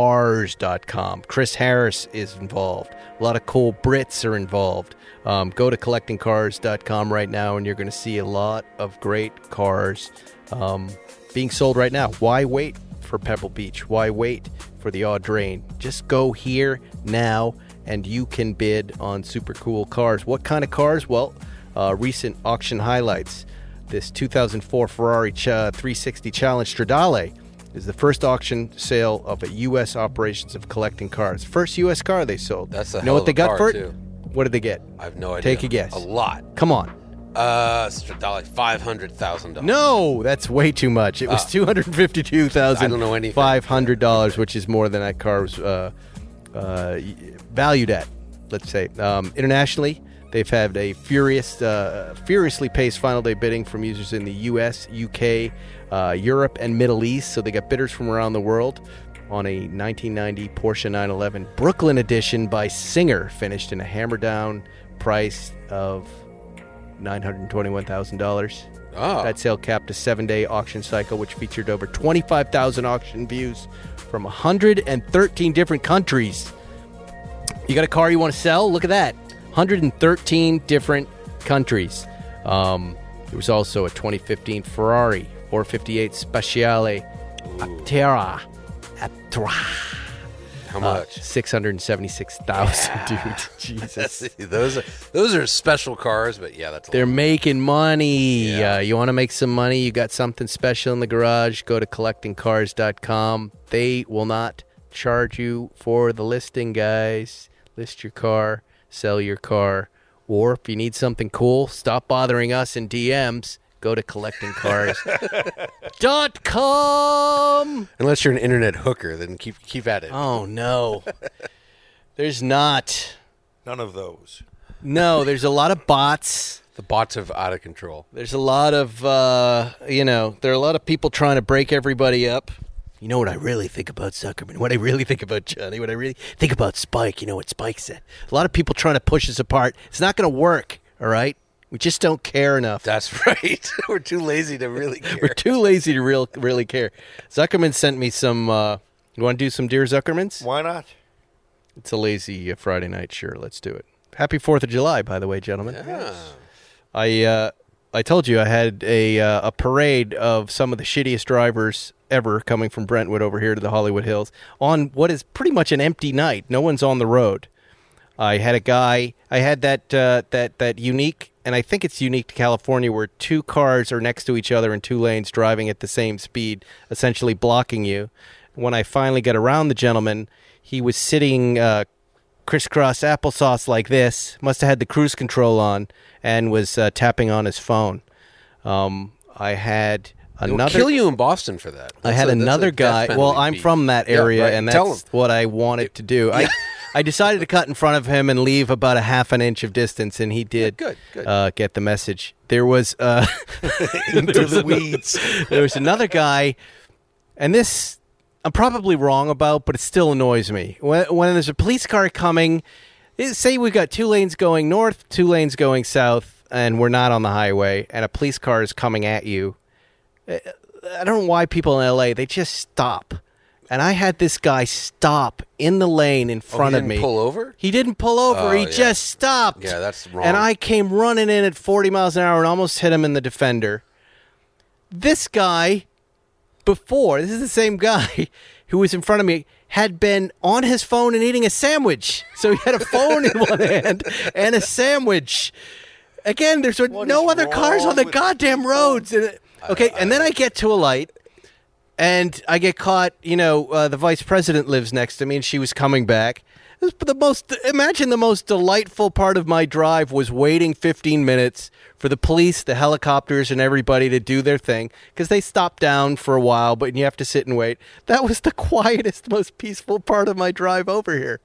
S2: collectingcars.com. Chris Harris is involved. A lot of cool Brits are involved. Um, go to collectingcars.com right now, and you're going to see a lot of great cars um, being sold right now. Why wait for Pebble Beach? Why wait for the Odd Drain? Just go here now, and you can bid on super cool cars. What kind of cars? Well, uh, recent auction highlights. This 2004 Ferrari Ch- 360 Challenge Stradale is the first auction sale of a U.S. operations of collecting cars. First U.S. car they sold.
S4: That's a
S2: you know
S4: hell
S2: what
S4: of
S2: they
S4: a
S2: got
S4: car,
S2: for it.
S4: too.
S2: What did they get?
S4: I have no idea.
S2: Take a guess.
S4: A lot.
S2: Come on.
S4: Uh, Stradale, five hundred thousand dollars.
S2: No, that's way too much. It was two hundred fifty-two
S4: Ah. I don't know
S2: thousand
S4: anything.
S2: five hundred dollars, which is more than that car was uh, uh, valued at. Let's say um, internationally, they've had a furious, uh, furiously paced final day bidding from users in the U.S., U.K., uh, Europe, and Middle East. So they got bidders from around the world. On a 1990 Porsche 911 Brooklyn edition by Singer, finished in a hammer down price of nine hundred twenty-one thousand dollars.
S4: Oh.
S2: That sale capped a seven-day auction cycle, which featured over twenty-five thousand auction views from hundred and thirteen different countries. You got a car you want to sell? Look at that, hundred and thirteen different countries. Um, there was also a 2015 Ferrari 458 Speciale Aptera. Aptera. Uh,
S4: How much?
S2: 676,000, dude. Jesus.
S4: those are those are special cars, but yeah, that's a
S2: They're
S4: lot.
S2: making money. Uh, you want to make some money? You got something special in the garage? Go to collectingcars.com. They will not charge you for the listing, guys. List your car, sell your car, or if you need something cool, stop bothering us in DMs. Go to collectingcars.com.
S4: Unless you're an internet hooker, then keep keep at it.
S2: Oh, no. There's not.
S3: None of those.
S2: No, there's a lot of bots.
S4: The bots are out of control.
S2: There's a lot of, uh, you know, there are a lot of people trying to break everybody up. You know what I really think about Zuckerman? What I really think about Johnny? What I really think about Spike? You know what Spike said? A lot of people trying to push us apart. It's not going to work, all right? We just don't care enough.
S4: That's right. We're too lazy to really care.
S2: We're too lazy to real, really care. Zuckerman sent me some. Uh, you want to do some Dear Zuckermans?
S3: Why not?
S2: It's a lazy uh, Friday night. Sure, let's do it. Happy Fourth of July, by the way, gentlemen. I uh, I told you I had a uh, a parade of some of the shittiest drivers ever coming from Brentwood over here to the Hollywood Hills on what is pretty much an empty night. No one's on the road. I had a guy. I had that uh, that that unique, and I think it's unique to California, where two cars are next to each other in two lanes, driving at the same speed, essentially blocking you. When I finally got around the gentleman, he was sitting uh, crisscross applesauce like this. Must have had the cruise control on and was uh, tapping on his phone. Um, I had
S4: They'll
S2: another.
S4: kill you in Boston for that.
S2: I
S4: That's
S2: had
S4: a- that's a
S2: another
S4: death
S2: guy.
S4: penalty
S2: Well, I'm
S4: beat.
S2: from that
S4: Yeah,
S2: area,
S4: right.
S2: and
S4: Tell
S2: that's
S4: 'em.
S2: what I wanted to do. I, I decided to cut in front of him and leave about a half an inch of distance, and he did.
S4: good, good.
S2: Uh, get the message. There was uh, there was
S3: the
S2: another-
S3: weeds.
S2: there was another guy, and this I'm probably wrong about, but it still annoys me when when there's a police car coming. it- Say we've got two lanes going north, two lanes going south, and we're not on the highway, and a police car is coming at you. eh, I don't know why people in LA they just stop. And I had this guy stop in the lane in front of
S4: Oh, didn't
S2: me.
S4: pull over?
S2: He didn't pull over.
S4: Oh,
S2: he
S4: yeah.
S2: just stopped.
S4: Yeah, that's wrong.
S2: And I came running in at 40 miles an hour and almost hit him in the defender. This guy before, this is the same guy who was in front of me, had been on his phone and eating a sandwich. So he had a phone in one hand and a sandwich. Again, there's no
S3: is
S2: other cars
S3: wrong
S2: on the
S3: with
S2: goddamn roads. And it- okay, and then I get to a light and I get caught. You know, uh, the vice president lives next to me, and she was coming back. It was the most imagine the most delightful part of my drive was waiting 15 minutes for the police, the helicopters, and everybody to do their thing because they stop down for a while, but you have to sit and wait. That was the quietest, most peaceful part of my drive over here.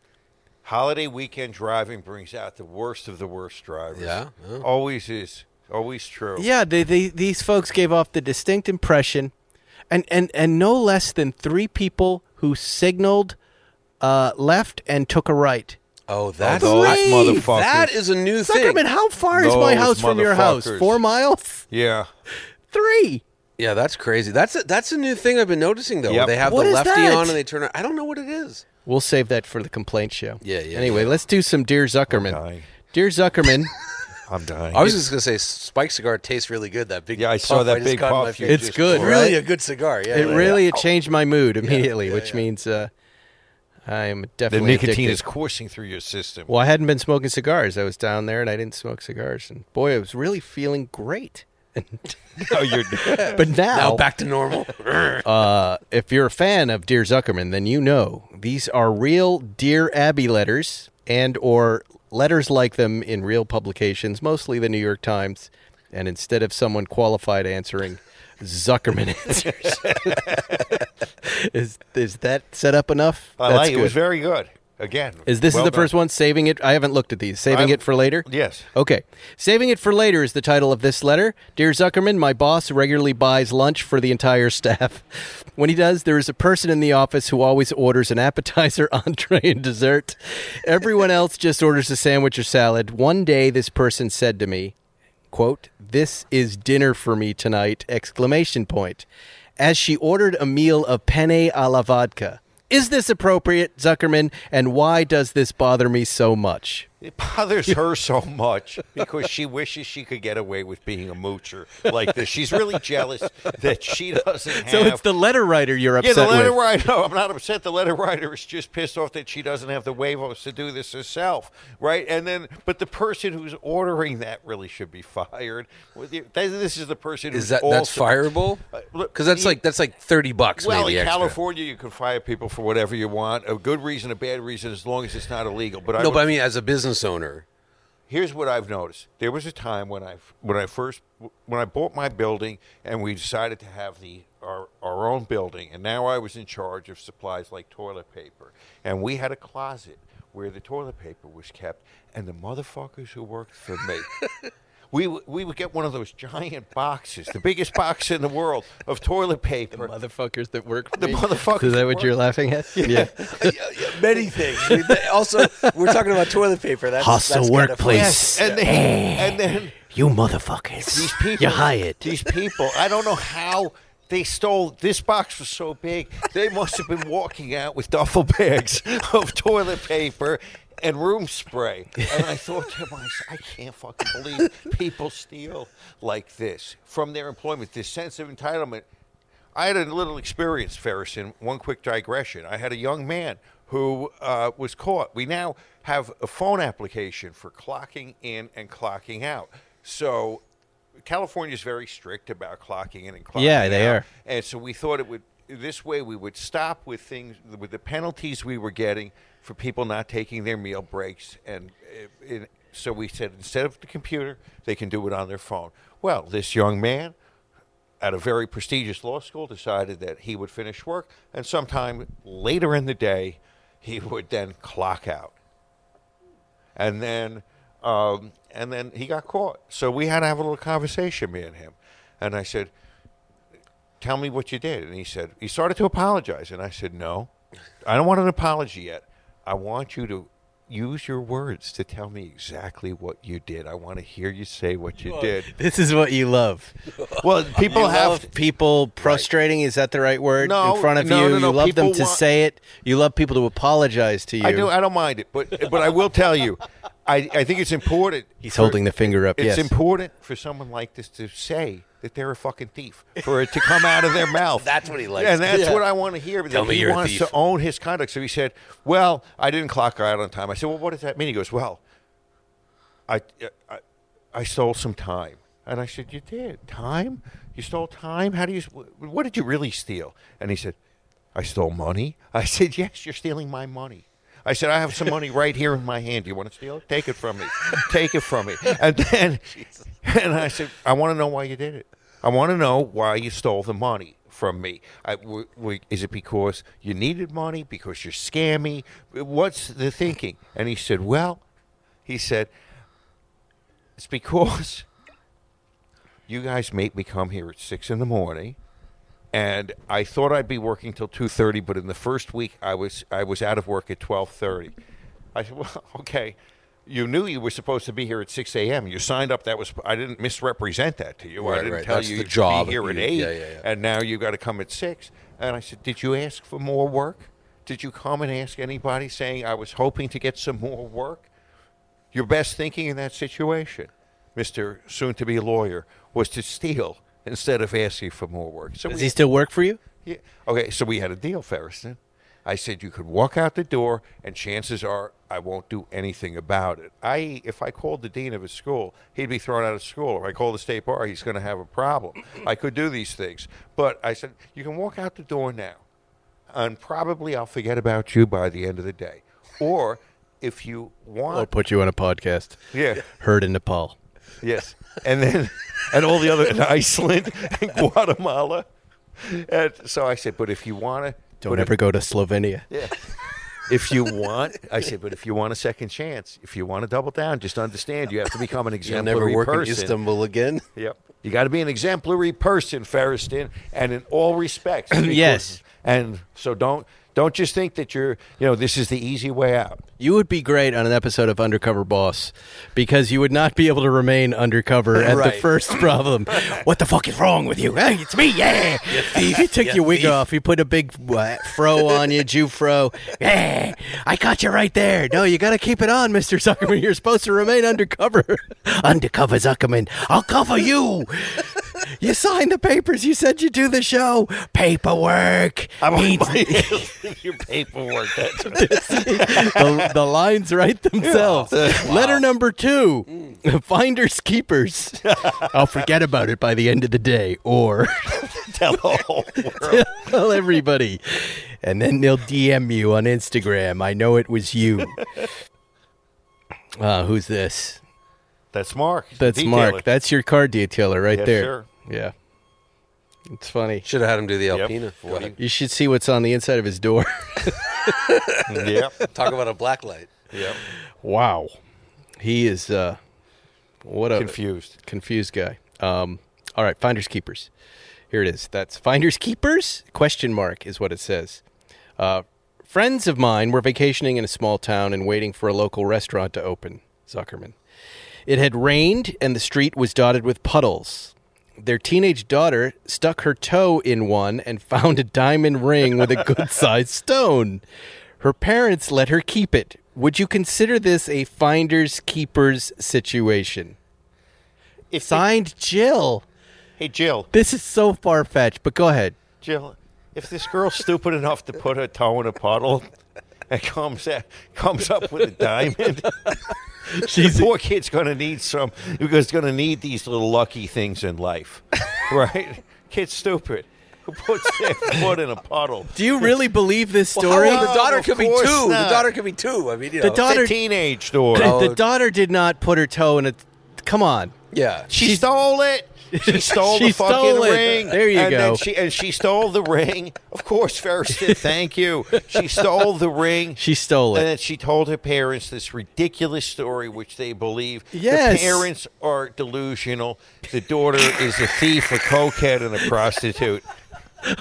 S3: Holiday weekend driving brings out the worst of the worst drivers.
S4: Yeah,
S3: Always is. Always true.
S2: Yeah, they, they, these folks gave off the distinct impression, and, and, and no less than three people who signaled uh, left and took a right.
S4: Oh, that's
S3: those
S4: I-
S3: motherfuckers.
S4: That is a new thing.
S2: Zuckerman, how far is my
S3: Those
S2: house from your house?
S3: motherfuckers.
S2: Four miles?
S3: Yeah.
S2: Three.
S4: Yeah, that's crazy. That's a, that's a new thing I've been noticing though.
S3: Yep.
S4: They have
S2: What
S4: the
S2: is
S4: lefty
S2: that?
S4: on and they turn. around. I don't know what it is.
S2: We'll save that for the complaint show.
S4: Yeah, yeah,
S2: Anyway, let's do some Dear Zuckerman.
S3: dying.
S2: Dear Zuckerman,
S3: I'm dying.
S4: I was just gonna say, Spike cigar tastes really good. That big.
S3: Yeah, I
S4: puff
S3: saw that
S4: just
S3: big
S4: caught in my
S3: puff you
S4: face.
S2: It's just good,
S4: Really
S2: right?
S4: a good cigar. Yeah.
S2: it
S4: yeah,
S2: really
S4: yeah.
S2: it changed my mood immediately, which means uh, I'm
S3: the
S2: definitely
S3: nicotine
S2: addicted.
S3: is coursing through your system.
S2: Well, I hadn't been smoking cigars. I was down there and I didn't smoke cigars, and boy, I was really feeling great.
S3: Oh, you're
S2: But now,
S4: Now back to normal.
S2: if you're a fan of Dear Zuckerman, then you know these are real Dear Abby letters and or letters like them in real publications, mostly the New York Times. And instead of someone qualified answering, Zuckerman answers. is is that set up enough?
S3: I
S2: That's
S3: like it. It was
S2: good.
S3: very good. Again,
S2: Is this
S3: well
S2: is the
S3: done.
S2: first one saving it? I haven't looked at these. Saving
S3: I'm-
S2: it for later.
S3: Yes.
S2: Okay. Saving it for later is the title of this letter. Dear Zuckerman, my boss regularly buys lunch for the entire staff. When he does, there is a person in the office who always orders an appetizer, entree, and dessert. Everyone else just orders a sandwich or salad. One day, this person said to me, quote this is dinner for me tonight exclamation point as she ordered a meal of penne a la vodka is this appropriate zuckerman and why does this bother me so much
S3: It bothers her so much because she wishes she could get away with being a moocher like this. She's really jealous that she doesn't have.
S2: so it's the letter writer you're
S3: yeah,
S2: upset
S3: the letter
S2: with
S3: writer. No, I'm not upset. The letter writer is just pissed off that she doesn't have the huevos to do this herself, right? And then, but the person who's ordering that really should be fired. With you- th- This is the person who's
S4: Is that that's
S3: also-
S4: fireable?
S3: Uh, look,
S4: Because that's
S3: you-
S4: like that's like thirty bucks.
S3: Well,
S4: maybe
S3: in
S4: extra.
S3: California, you can fire people for whatever you want. A good reason, a bad reason, as long as it's not illegal. But I
S4: No,
S3: would
S4: but I mean, as a business owner,
S3: here's what I've noticed. There was a time when I when I first when I bought my building and we decided to have the our, our own building and now I was in charge of supplies like toilet paper and we had a closet where the toilet paper was kept and the motherfuckers who worked for me We, w- we would get one of those giant boxes, the biggest box in the world of toilet paper.
S2: motherfuckers that work for
S3: The
S2: me.
S3: motherfuckers
S2: is that
S3: that
S2: what you're laughing at yeah,
S5: Many things. We- th- also, we're talking about toilet paper. That's,
S2: hostile
S5: that's kinda
S2: workplace
S3: Yes, and then, and then
S2: you motherfuckers
S3: These people,
S2: you hired
S3: These people, I don't know how they stole. This box was so big, they must have been walking out with duffel bags of toilet paper and room spray. And I thought to myself, I can't fucking believe people steal like this from their employment. This sense of entitlement. I had a little experience, Ferris, in one quick digression. I had a young man who uh, was caught. We now have a phone application for clocking in and clocking out. So California is very strict about clocking in and clocking
S2: Yeah, they
S3: out.
S2: are.
S3: And so we thought it would this way we would stop with things with the penalties we were getting for people not taking their meal breaks and, uh, and so we said instead of the computer they can do it on their phone. Well, this young man at a very prestigious law school decided that he would finish work and sometime later in the day he would then clock out and then um, and then he got caught so we had to have a little conversation me and him and i said tell me what you did and he said he started to apologize and i said no i don't want an apology yet i want you to use your words to tell me exactly what you did i want to hear you say what you did
S2: this is what you love
S3: well people
S2: You
S3: have
S2: love people prostrating. Is that the right word?
S3: No,
S2: in front of
S3: no,
S2: you,
S3: no, no.
S2: you love them
S3: People
S2: to
S3: want-
S2: say it. You love people to apologize to you.
S3: I do. I don't mind it, but but I will tell you, I, I think it's important.
S2: He's holding the finger up. yes.
S3: It's important for someone like this to say that they're a fucking thief for it to come out of their mouth.
S4: That's what he likes.
S3: and that's what I want to hear. But
S4: Tell me
S3: he
S4: you're a
S3: wants
S4: thief.
S3: to own his conduct. So he said, "Well, I didn't clock out on time." I said, "Well, what does that mean?" He goes, "Well, I, I, I stole some time. And I said, You did? Time? You stole time? How do you, wh- what did you really steal? And he said, I stole money. I said, Yes, you're stealing my money. I said, I have some money right here in my hand. You want to steal it? Take it from me. Take it from me. And then, and I said, I want to know why you did it. I want to know why you stole the money from me. I, w- w- is it because you needed money? Because you're scammy? What's the thinking? And he said, Well, he said, it's because you guys made me come here at six in the morning, and I thought I'd be working till two thirty. But in the first week, I was I was out of work at twelve thirty. I said, "Well, okay, you knew you were supposed to be here at six a.m. You signed up. That was I didn't misrepresent that to you. I
S4: Right,
S3: didn't
S4: right.
S3: tell
S4: That's
S3: you
S4: the
S3: you'd
S4: job.
S3: be here at
S4: You-
S3: eight,
S4: yeah, yeah, yeah.
S3: and now you got to come at six. And I said, did you ask for more work? Did you come and ask anybody saying I was hoping to get some more work? Your best thinking in that situation, Mr. Soon to be lawyer, was to steal instead of asking for more work. So
S2: Does
S3: we,
S2: he still work for you?
S3: yeah. okay, so we had a deal, Ferriston. I said you could walk out the door, and chances are I won't do anything about it. I, if I called the dean of his school, he'd be thrown out of school. If I call the state bar, he's going to have a problem. I could do these things, but I said you can walk out the door now, and probably I'll forget about you by the end of the day, or if you want,
S2: I'll put you on a podcast.
S3: yeah.
S2: Heard in Nepal.
S3: Yes, and then and all the other in Iceland and Guatemala. And so I said, but if you want to,
S2: Don't ever go to Slovenia.
S3: if you want, I said, but if you want a second chance, if you want to double down, just understand you have to become an
S4: You'll
S3: exemplary
S4: never work
S3: person.
S4: in Istanbul again.
S3: Yep, you got to be an exemplary person, Ferriston, and in all respects.
S2: Yes.
S3: and so don't don't just think that you're you know this is the easy way out.
S2: You would be great on an episode of Undercover Boss because you would not be able to remain undercover at the
S4: Right.
S2: first problem. what the fuck is wrong with you? Hey, it's me. Yeah. He took your wig off. He put a big uh, fro on you, Jew fro. Yeah. I caught you right there. No, you got to keep it on, Mr. Zuckerman. You're supposed to remain undercover. undercover Zuckerman. I'll cover you. You signed the papers. You said you do the show. Paperwork. Means-
S3: Your paperwork. That's
S2: the, the lines write themselves. Letter number two
S3: Mm.
S2: Finders Keepers. I'll forget about it by the end of the day, or
S3: tell the whole world.
S2: tell everybody. And then they'll DM you on Instagram. I know it was you. Uh, who's this?
S3: That's Mark.
S2: That's
S3: Detailer.
S2: Mark. That's your car detailer right
S3: Yes,
S2: there.
S3: sir.
S2: Yeah. It's funny.
S4: Should have had him do the
S3: Yep.
S4: Alpina.
S3: What do you-
S2: You should see what's on the inside of his door.
S3: Yep.
S4: Talk about a black light.
S3: Yep.
S2: wow. He is uh
S3: Uh,
S2: what a
S3: Confused.
S2: confused guy. Um, all right, finders keepers. Here it is. That's finders keepers? Question mark is what it says. Uh, friends of mine were vacationing in a small town and waiting for a local restaurant to open. Zuckerman. It had rained and the street was dotted with puddles. Their teenage daughter stuck her toe in one and found a diamond ring with a good sized stone. Her parents let her keep it. Would you consider this a finders keepers situation?
S3: If they-
S2: Signed Jill.
S3: Hey, Jill.
S2: This is so far fetched, but go ahead.
S3: Jill, if this girl's stupid enough to put her toe in a puddle and comes at, comes up with a diamond, the poor kid's going to need some. Because going to need these little lucky things in life, right? Kid's stupid. Who puts their foot in a puddle?
S2: Do you really believe this
S4: Well,
S2: story?
S4: how old- the
S3: No,
S4: daughter
S3: of
S4: could be
S3: course
S4: two.
S3: not.
S4: The daughter could be two. I mean, you
S2: The
S4: know.
S2: daughter-
S3: It's a teenage daughter.
S4: Oh.
S2: the daughter did not put her toe in a. Come on.
S4: yeah.
S3: She stole it. She stole
S2: She
S3: the fucking
S2: stole it.
S3: ring.
S2: There you
S3: and
S2: go.
S3: Then she, and she stole the ring. Of course, Ferriston, thank you. She stole the ring.
S2: She stole
S3: And
S2: it.
S3: then she told her parents this ridiculous story, which they believe.
S2: Yes.
S3: The parents are delusional. The daughter is a thief, a cokehead, and a prostitute.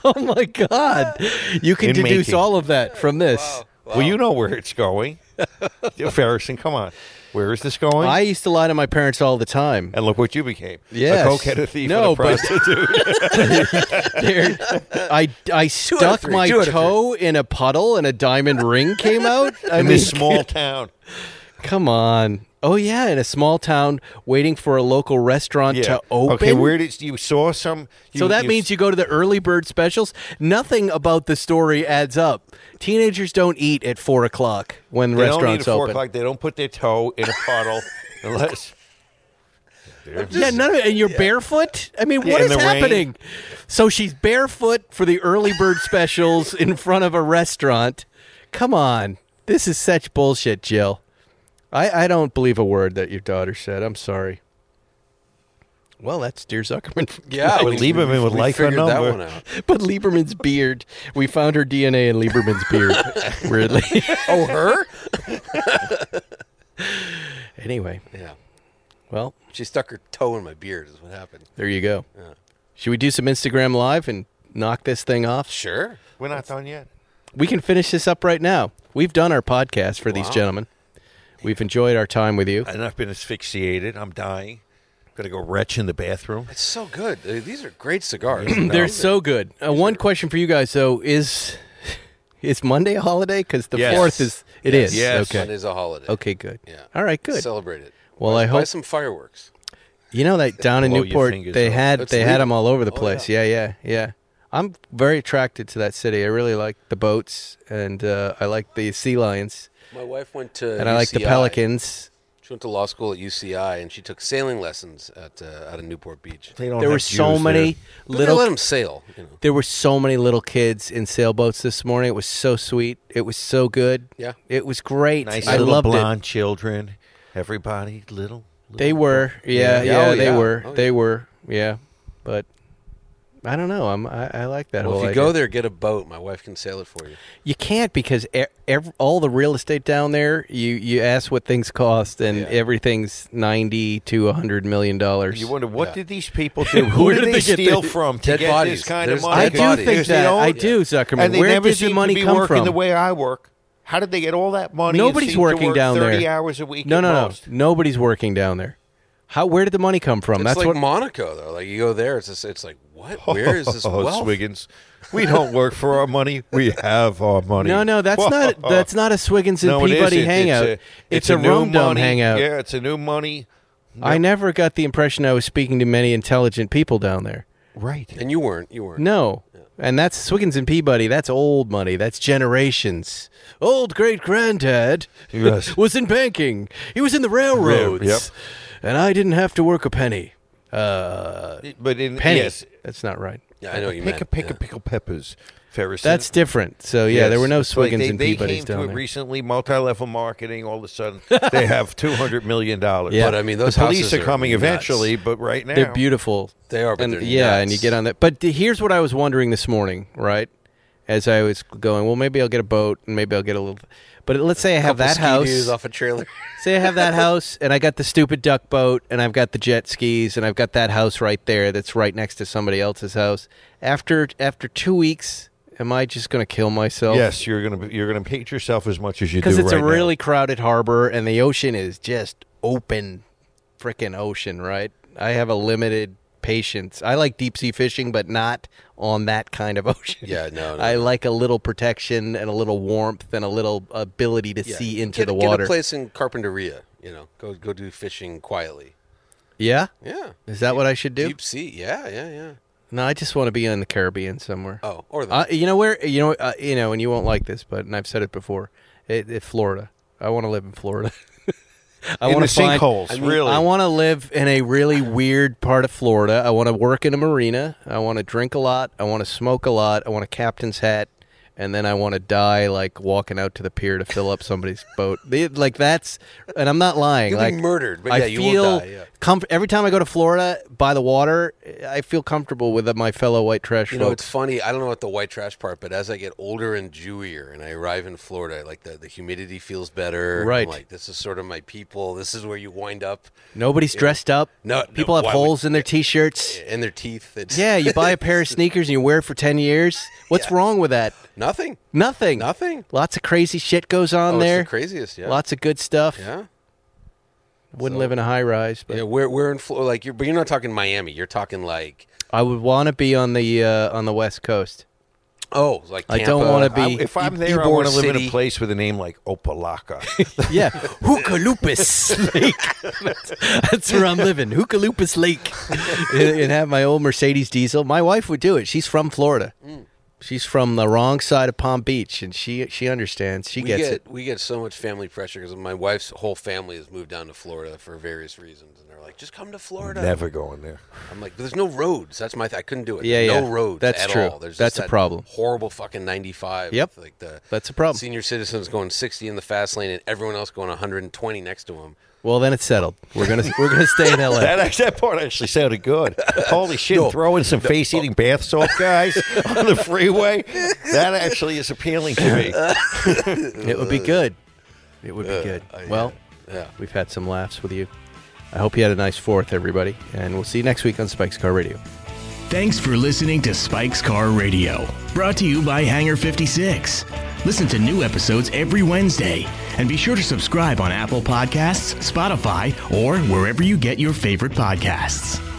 S2: Oh my God. You can
S3: In
S2: deduce
S3: making.
S2: all of that from this.
S3: Well, you know where it's going. Ferriston, come on. Where is this going?
S2: I used to lie to my parents all the time.
S3: and look what you became.
S2: Yes.
S3: A cokehead, a thief, and
S2: No,
S3: a
S2: but-
S3: prostitute.
S2: There- I, I stuck
S4: three,
S2: my
S4: two out of
S2: toe in a puddle and a diamond ring came out. I
S3: in
S2: mean,
S3: this small town.
S2: come on. Oh, yeah, in a small town waiting for a local restaurant
S3: Yeah.
S2: to open.
S3: Okay, where did you saw some?
S2: so that means you go to the early bird specials. Nothing about the story adds up. Teenagers don't eat at four o'clock when
S3: they don't eat
S2: restaurants
S3: at four
S2: open.
S3: o'clock. They don't put their toe in a puddle unless.
S2: yeah, none of it. And you're barefoot. I mean, what is
S3: in the rain.
S2: happening? So she's barefoot for the early bird specials in front of a restaurant. Come on, this is such bullshit, Jill. I, I don't believe a word that your daughter said. I'm sorry. Well, that's dear Zuckerman.
S4: Yeah.
S3: But
S4: we-
S3: Lieberman
S4: we-
S3: would
S4: we
S3: like her
S4: figured that
S3: number.
S4: one out.
S2: But Lieberman's beard. We found her DNA in Lieberman's beard. Weirdly.
S4: Oh, her?
S2: anyway,
S4: yeah.
S2: well,
S4: She stuck her toe in my beard. Is what happened.
S2: there you go. Should we do some Instagram live and knock this thing off?
S4: Sure.
S3: We're not done yet.
S2: We can finish this up right now. We've done our podcast for these gentlemen. We've enjoyed our time with you.
S3: And I've been asphyxiated. I'm dying. Gonna go retch in the bathroom.
S4: It's so good. Uh, These are great cigars.
S2: They're so good. Uh, one question for you guys though is is Monday a holiday? Because the
S3: Yes.
S2: fourth is it is
S3: Yes.
S2: okay.
S4: Monday's a holiday.
S2: Okay, good.
S4: Yeah.
S2: All right, good.
S4: Celebrate it.
S2: Well,
S4: buy,
S2: I
S4: buy
S2: hope-
S4: some fireworks.
S2: You know that down in
S3: Blow your
S2: Newport
S3: fingers
S2: they
S3: up.
S2: had
S4: That's
S2: they had
S4: legal.
S3: Oh,
S2: them all over the place. yeah. yeah, yeah, I'm very attracted to that city. I really like the boats, and uh, I like the sea lions,
S4: My wife went to
S2: and I like the
S4: UCI.
S2: pelicans.
S4: She went to law school at UCI and she took sailing lessons at uh, out of Newport Beach.
S3: They don't
S2: There
S3: have
S2: were so
S3: Jews
S2: many
S4: But
S2: little.
S4: they let them sail. You know.
S2: There were so many little kids in sailboats this morning. It was so sweet. It was so good.
S4: Yeah.
S2: it was great.
S3: There. Nice
S2: I
S3: little
S2: loved it.
S3: blonde children. Everybody, little. little
S2: They were, yeah, yeah,
S4: Yeah. Oh,
S2: they
S4: yeah.
S2: were,
S4: Oh,
S2: they
S4: yeah.
S2: were, yeah. But I don't know. I'm, I, I like that
S4: Well,
S2: whole.
S4: if you go
S2: idea.
S4: there, get a boat. My wife can sail it for you.
S2: you can't because e ev all the real estate down there. You you ask what things cost, and
S4: Yeah.
S2: everything's ninety to hundred million dollars.
S3: You wonder what did these people do? Who
S2: Where
S3: did,
S2: did
S3: they,
S2: they get
S3: steal
S2: the-
S3: from to
S4: Dead
S3: get
S4: bodies.
S3: this kind
S4: There's
S3: of money?
S2: I
S4: dead
S2: do
S4: bodies.
S2: think
S3: You
S2: that
S3: know?
S2: I do,
S3: And
S2: Zuckerman.
S3: they
S2: Where
S3: never
S2: did
S3: seem
S2: the money
S3: to be
S2: come
S3: working
S2: from?
S3: the way I work. How did they get all that money? and
S2: Nobody's
S3: seem to
S2: working
S3: work
S2: down
S3: 30
S2: there.
S3: hours a week.
S2: no,
S3: at
S2: no, no.
S3: most?
S2: Nobody's working down there. How? Where did the money come from?
S4: It's
S2: That's
S4: like
S2: what.
S4: Monaco, though. Like you go there, it's just, it's like what? Where is this
S3: Oh,
S4: wealth?
S3: Swiggins, we don't work for our money. We have our money.
S2: No, no, that's not that's not a Swiggins and
S3: No, it
S2: Peabody
S3: isn't.
S2: hangout.
S3: It's a,
S2: a,
S3: new
S2: Rome Dome
S3: money.
S2: hangout.
S3: Yeah, it's a new money.
S2: I never got the impression I was speaking to many intelligent people down there.
S3: Right.
S4: And you weren't. You weren't.
S2: No. And that's Swiggins and Peabody. That's old money. That's generations. Old great granddad
S3: Yes.
S2: was in banking. He was in the railroads.
S3: yep.
S2: And I didn't have to work a penny. Uh,
S3: But in
S2: penny.
S3: yes,
S2: That's not right.
S4: Yeah, I know what you
S3: pick
S4: meant.
S3: a pick
S4: yeah.
S3: a pickle peppers. Ferris.
S2: That's different. So yeah, there were no
S3: It's like
S2: Swiggins
S3: they,
S2: and
S3: they
S2: Peabodys
S3: came to
S2: down
S3: it
S2: there.
S3: recently. Multi-level marketing. All of a sudden, they have two hundred million dollars.
S2: Yeah.
S4: But I mean, those
S3: the police
S4: houses
S3: are coming
S4: nuts.
S3: eventually. But right now,
S2: They're beautiful.
S4: They are, but
S2: and,
S4: they're
S2: yeah, and you
S4: nuts.
S2: get on that. But th- here's what I was wondering this morning, right? As I was going, well, maybe I'll get a boat, and maybe I'll get a little. But let's say I have
S4: Couple
S2: that house.
S4: Ski-Doos off a trailer.
S2: Say I have that house, and I got the stupid duck boat, and I've got the jet skis, and I've got that house right there that's right next to somebody else's house. After after two weeks, am I just going to kill myself?
S3: Yes, you're gonna be- you're gonna hate yourself as much as you do.
S2: because it's
S3: right
S2: a
S3: now.
S2: really crowded harbor, and the ocean is just open, freaking ocean. Right? I have a limited patience. I like deep sea fishing, but not on that kind of ocean.
S4: Yeah, no, no,
S2: I
S4: no.
S2: like a little protection and a little warmth and a little ability to see into
S4: Get-
S2: the water.
S4: Get a place in Carpinteria. You know, go go do fishing quietly.
S2: yeah.
S4: Yeah.
S2: Is that what I should do?
S4: Deep sea. Yeah, yeah, yeah.
S2: No, I just want to be in the Caribbean somewhere.
S4: Oh, or the
S2: Uh, you know where? You know, uh, you know, and you won't like this, but and I've said it before. It, it, Florida. I want to live in Florida. I
S3: In
S2: wanna
S3: the
S2: find-
S3: sinkholes,
S2: I
S3: really.
S2: I want to live in a really weird part of Florida. I want to work in a marina. I want to drink a lot. I want to smoke a lot. I want a captain's hat, and then I want to die like walking out to the pier to fill up somebody's boat. They- like that's, and I'm not lying.
S4: You'll be
S2: like
S4: murdered, but
S2: I
S4: yeah, you will
S2: feel
S4: die, yeah.
S2: comf- every time I go to Florida by the water, I feel comfortable with my fellow white trash
S4: You know, it's
S2: folks.
S4: funny. I don't know about the white trash part, but as I get older and Jewier, and I arrive in Florida, like the, the humidity feels better. I'm
S2: Right.
S4: like this is sort of my people. This is where you wind up.
S2: Nobody's dressed up.
S4: No,
S2: people
S4: no,
S2: have
S4: why
S2: holes in their t-shirts.
S4: And their teeth. It's
S2: Yeah, you buy a pair of sneakers and you wear it for ten years. What's wrong with that?
S4: nothing.
S2: Nothing.
S4: Nothing.
S2: Lots of crazy shit goes on
S4: Oh, it's
S2: there.
S4: the craziest. Yeah.
S2: Lots of good stuff.
S4: Yeah.
S2: Wouldn't live in a high rise, but
S4: Yeah. We're we're in Florida, like you're, but you're not talking Miami. You're talking like
S2: I would want to be on the uh, on the West Coast.
S4: oh, like
S2: I don't
S4: Tampa.
S2: wanna be-
S3: I, if I'm
S4: E-
S3: there, I
S4: Ybor
S3: want to live in
S4: City.
S3: a place with a name like Opalaka.
S2: Yeah, Hoocalupus Lake. That's, that's where I'm living, Hoocalupus Lake, and, and have my old Mercedes diesel. My wife would do it. She's from Florida.
S4: Mm.
S2: She's from the wrong side of Palm Beach, and she she understands. She
S4: We
S2: gets
S4: get
S2: it.
S4: we get so much family pressure because my wife's whole family has moved down to Florida for various reasons, and they're like, "Just come to Florida."
S3: Never going there.
S4: I'm like, "There's no roads." That's my. Th- I couldn't do it.
S2: Yeah,
S4: no
S2: yeah.
S4: roads.
S2: That's
S4: at
S2: true.
S4: All. There's
S2: That's
S4: just
S2: a
S4: that
S2: problem.
S4: Horrible fucking 95.
S2: Yep.
S4: with, Like the
S2: That's a problem.
S4: Senior citizens going 60 in the fast lane, and everyone else going 120 next to them.
S2: Well, then it's settled. We're gonna we're gonna stay in L.A.
S3: That, actually, that part actually sounded good. Holy shit, throwing some face eating bath salt guys on the freeway. That actually is appealing to me.
S2: Uh, It would be good. It would be good. Well,
S4: Uh, Yeah.
S2: we've had some laughs with you. I hope you had a nice fourth, everybody, and we'll see you next week on Spike's Car Radio.
S1: Thanks for listening to Spike's Car Radio, brought to you by Hangar 56. Listen to new episodes every Wednesday, and be sure to subscribe on Apple Podcasts, Spotify, or wherever you get your favorite podcasts.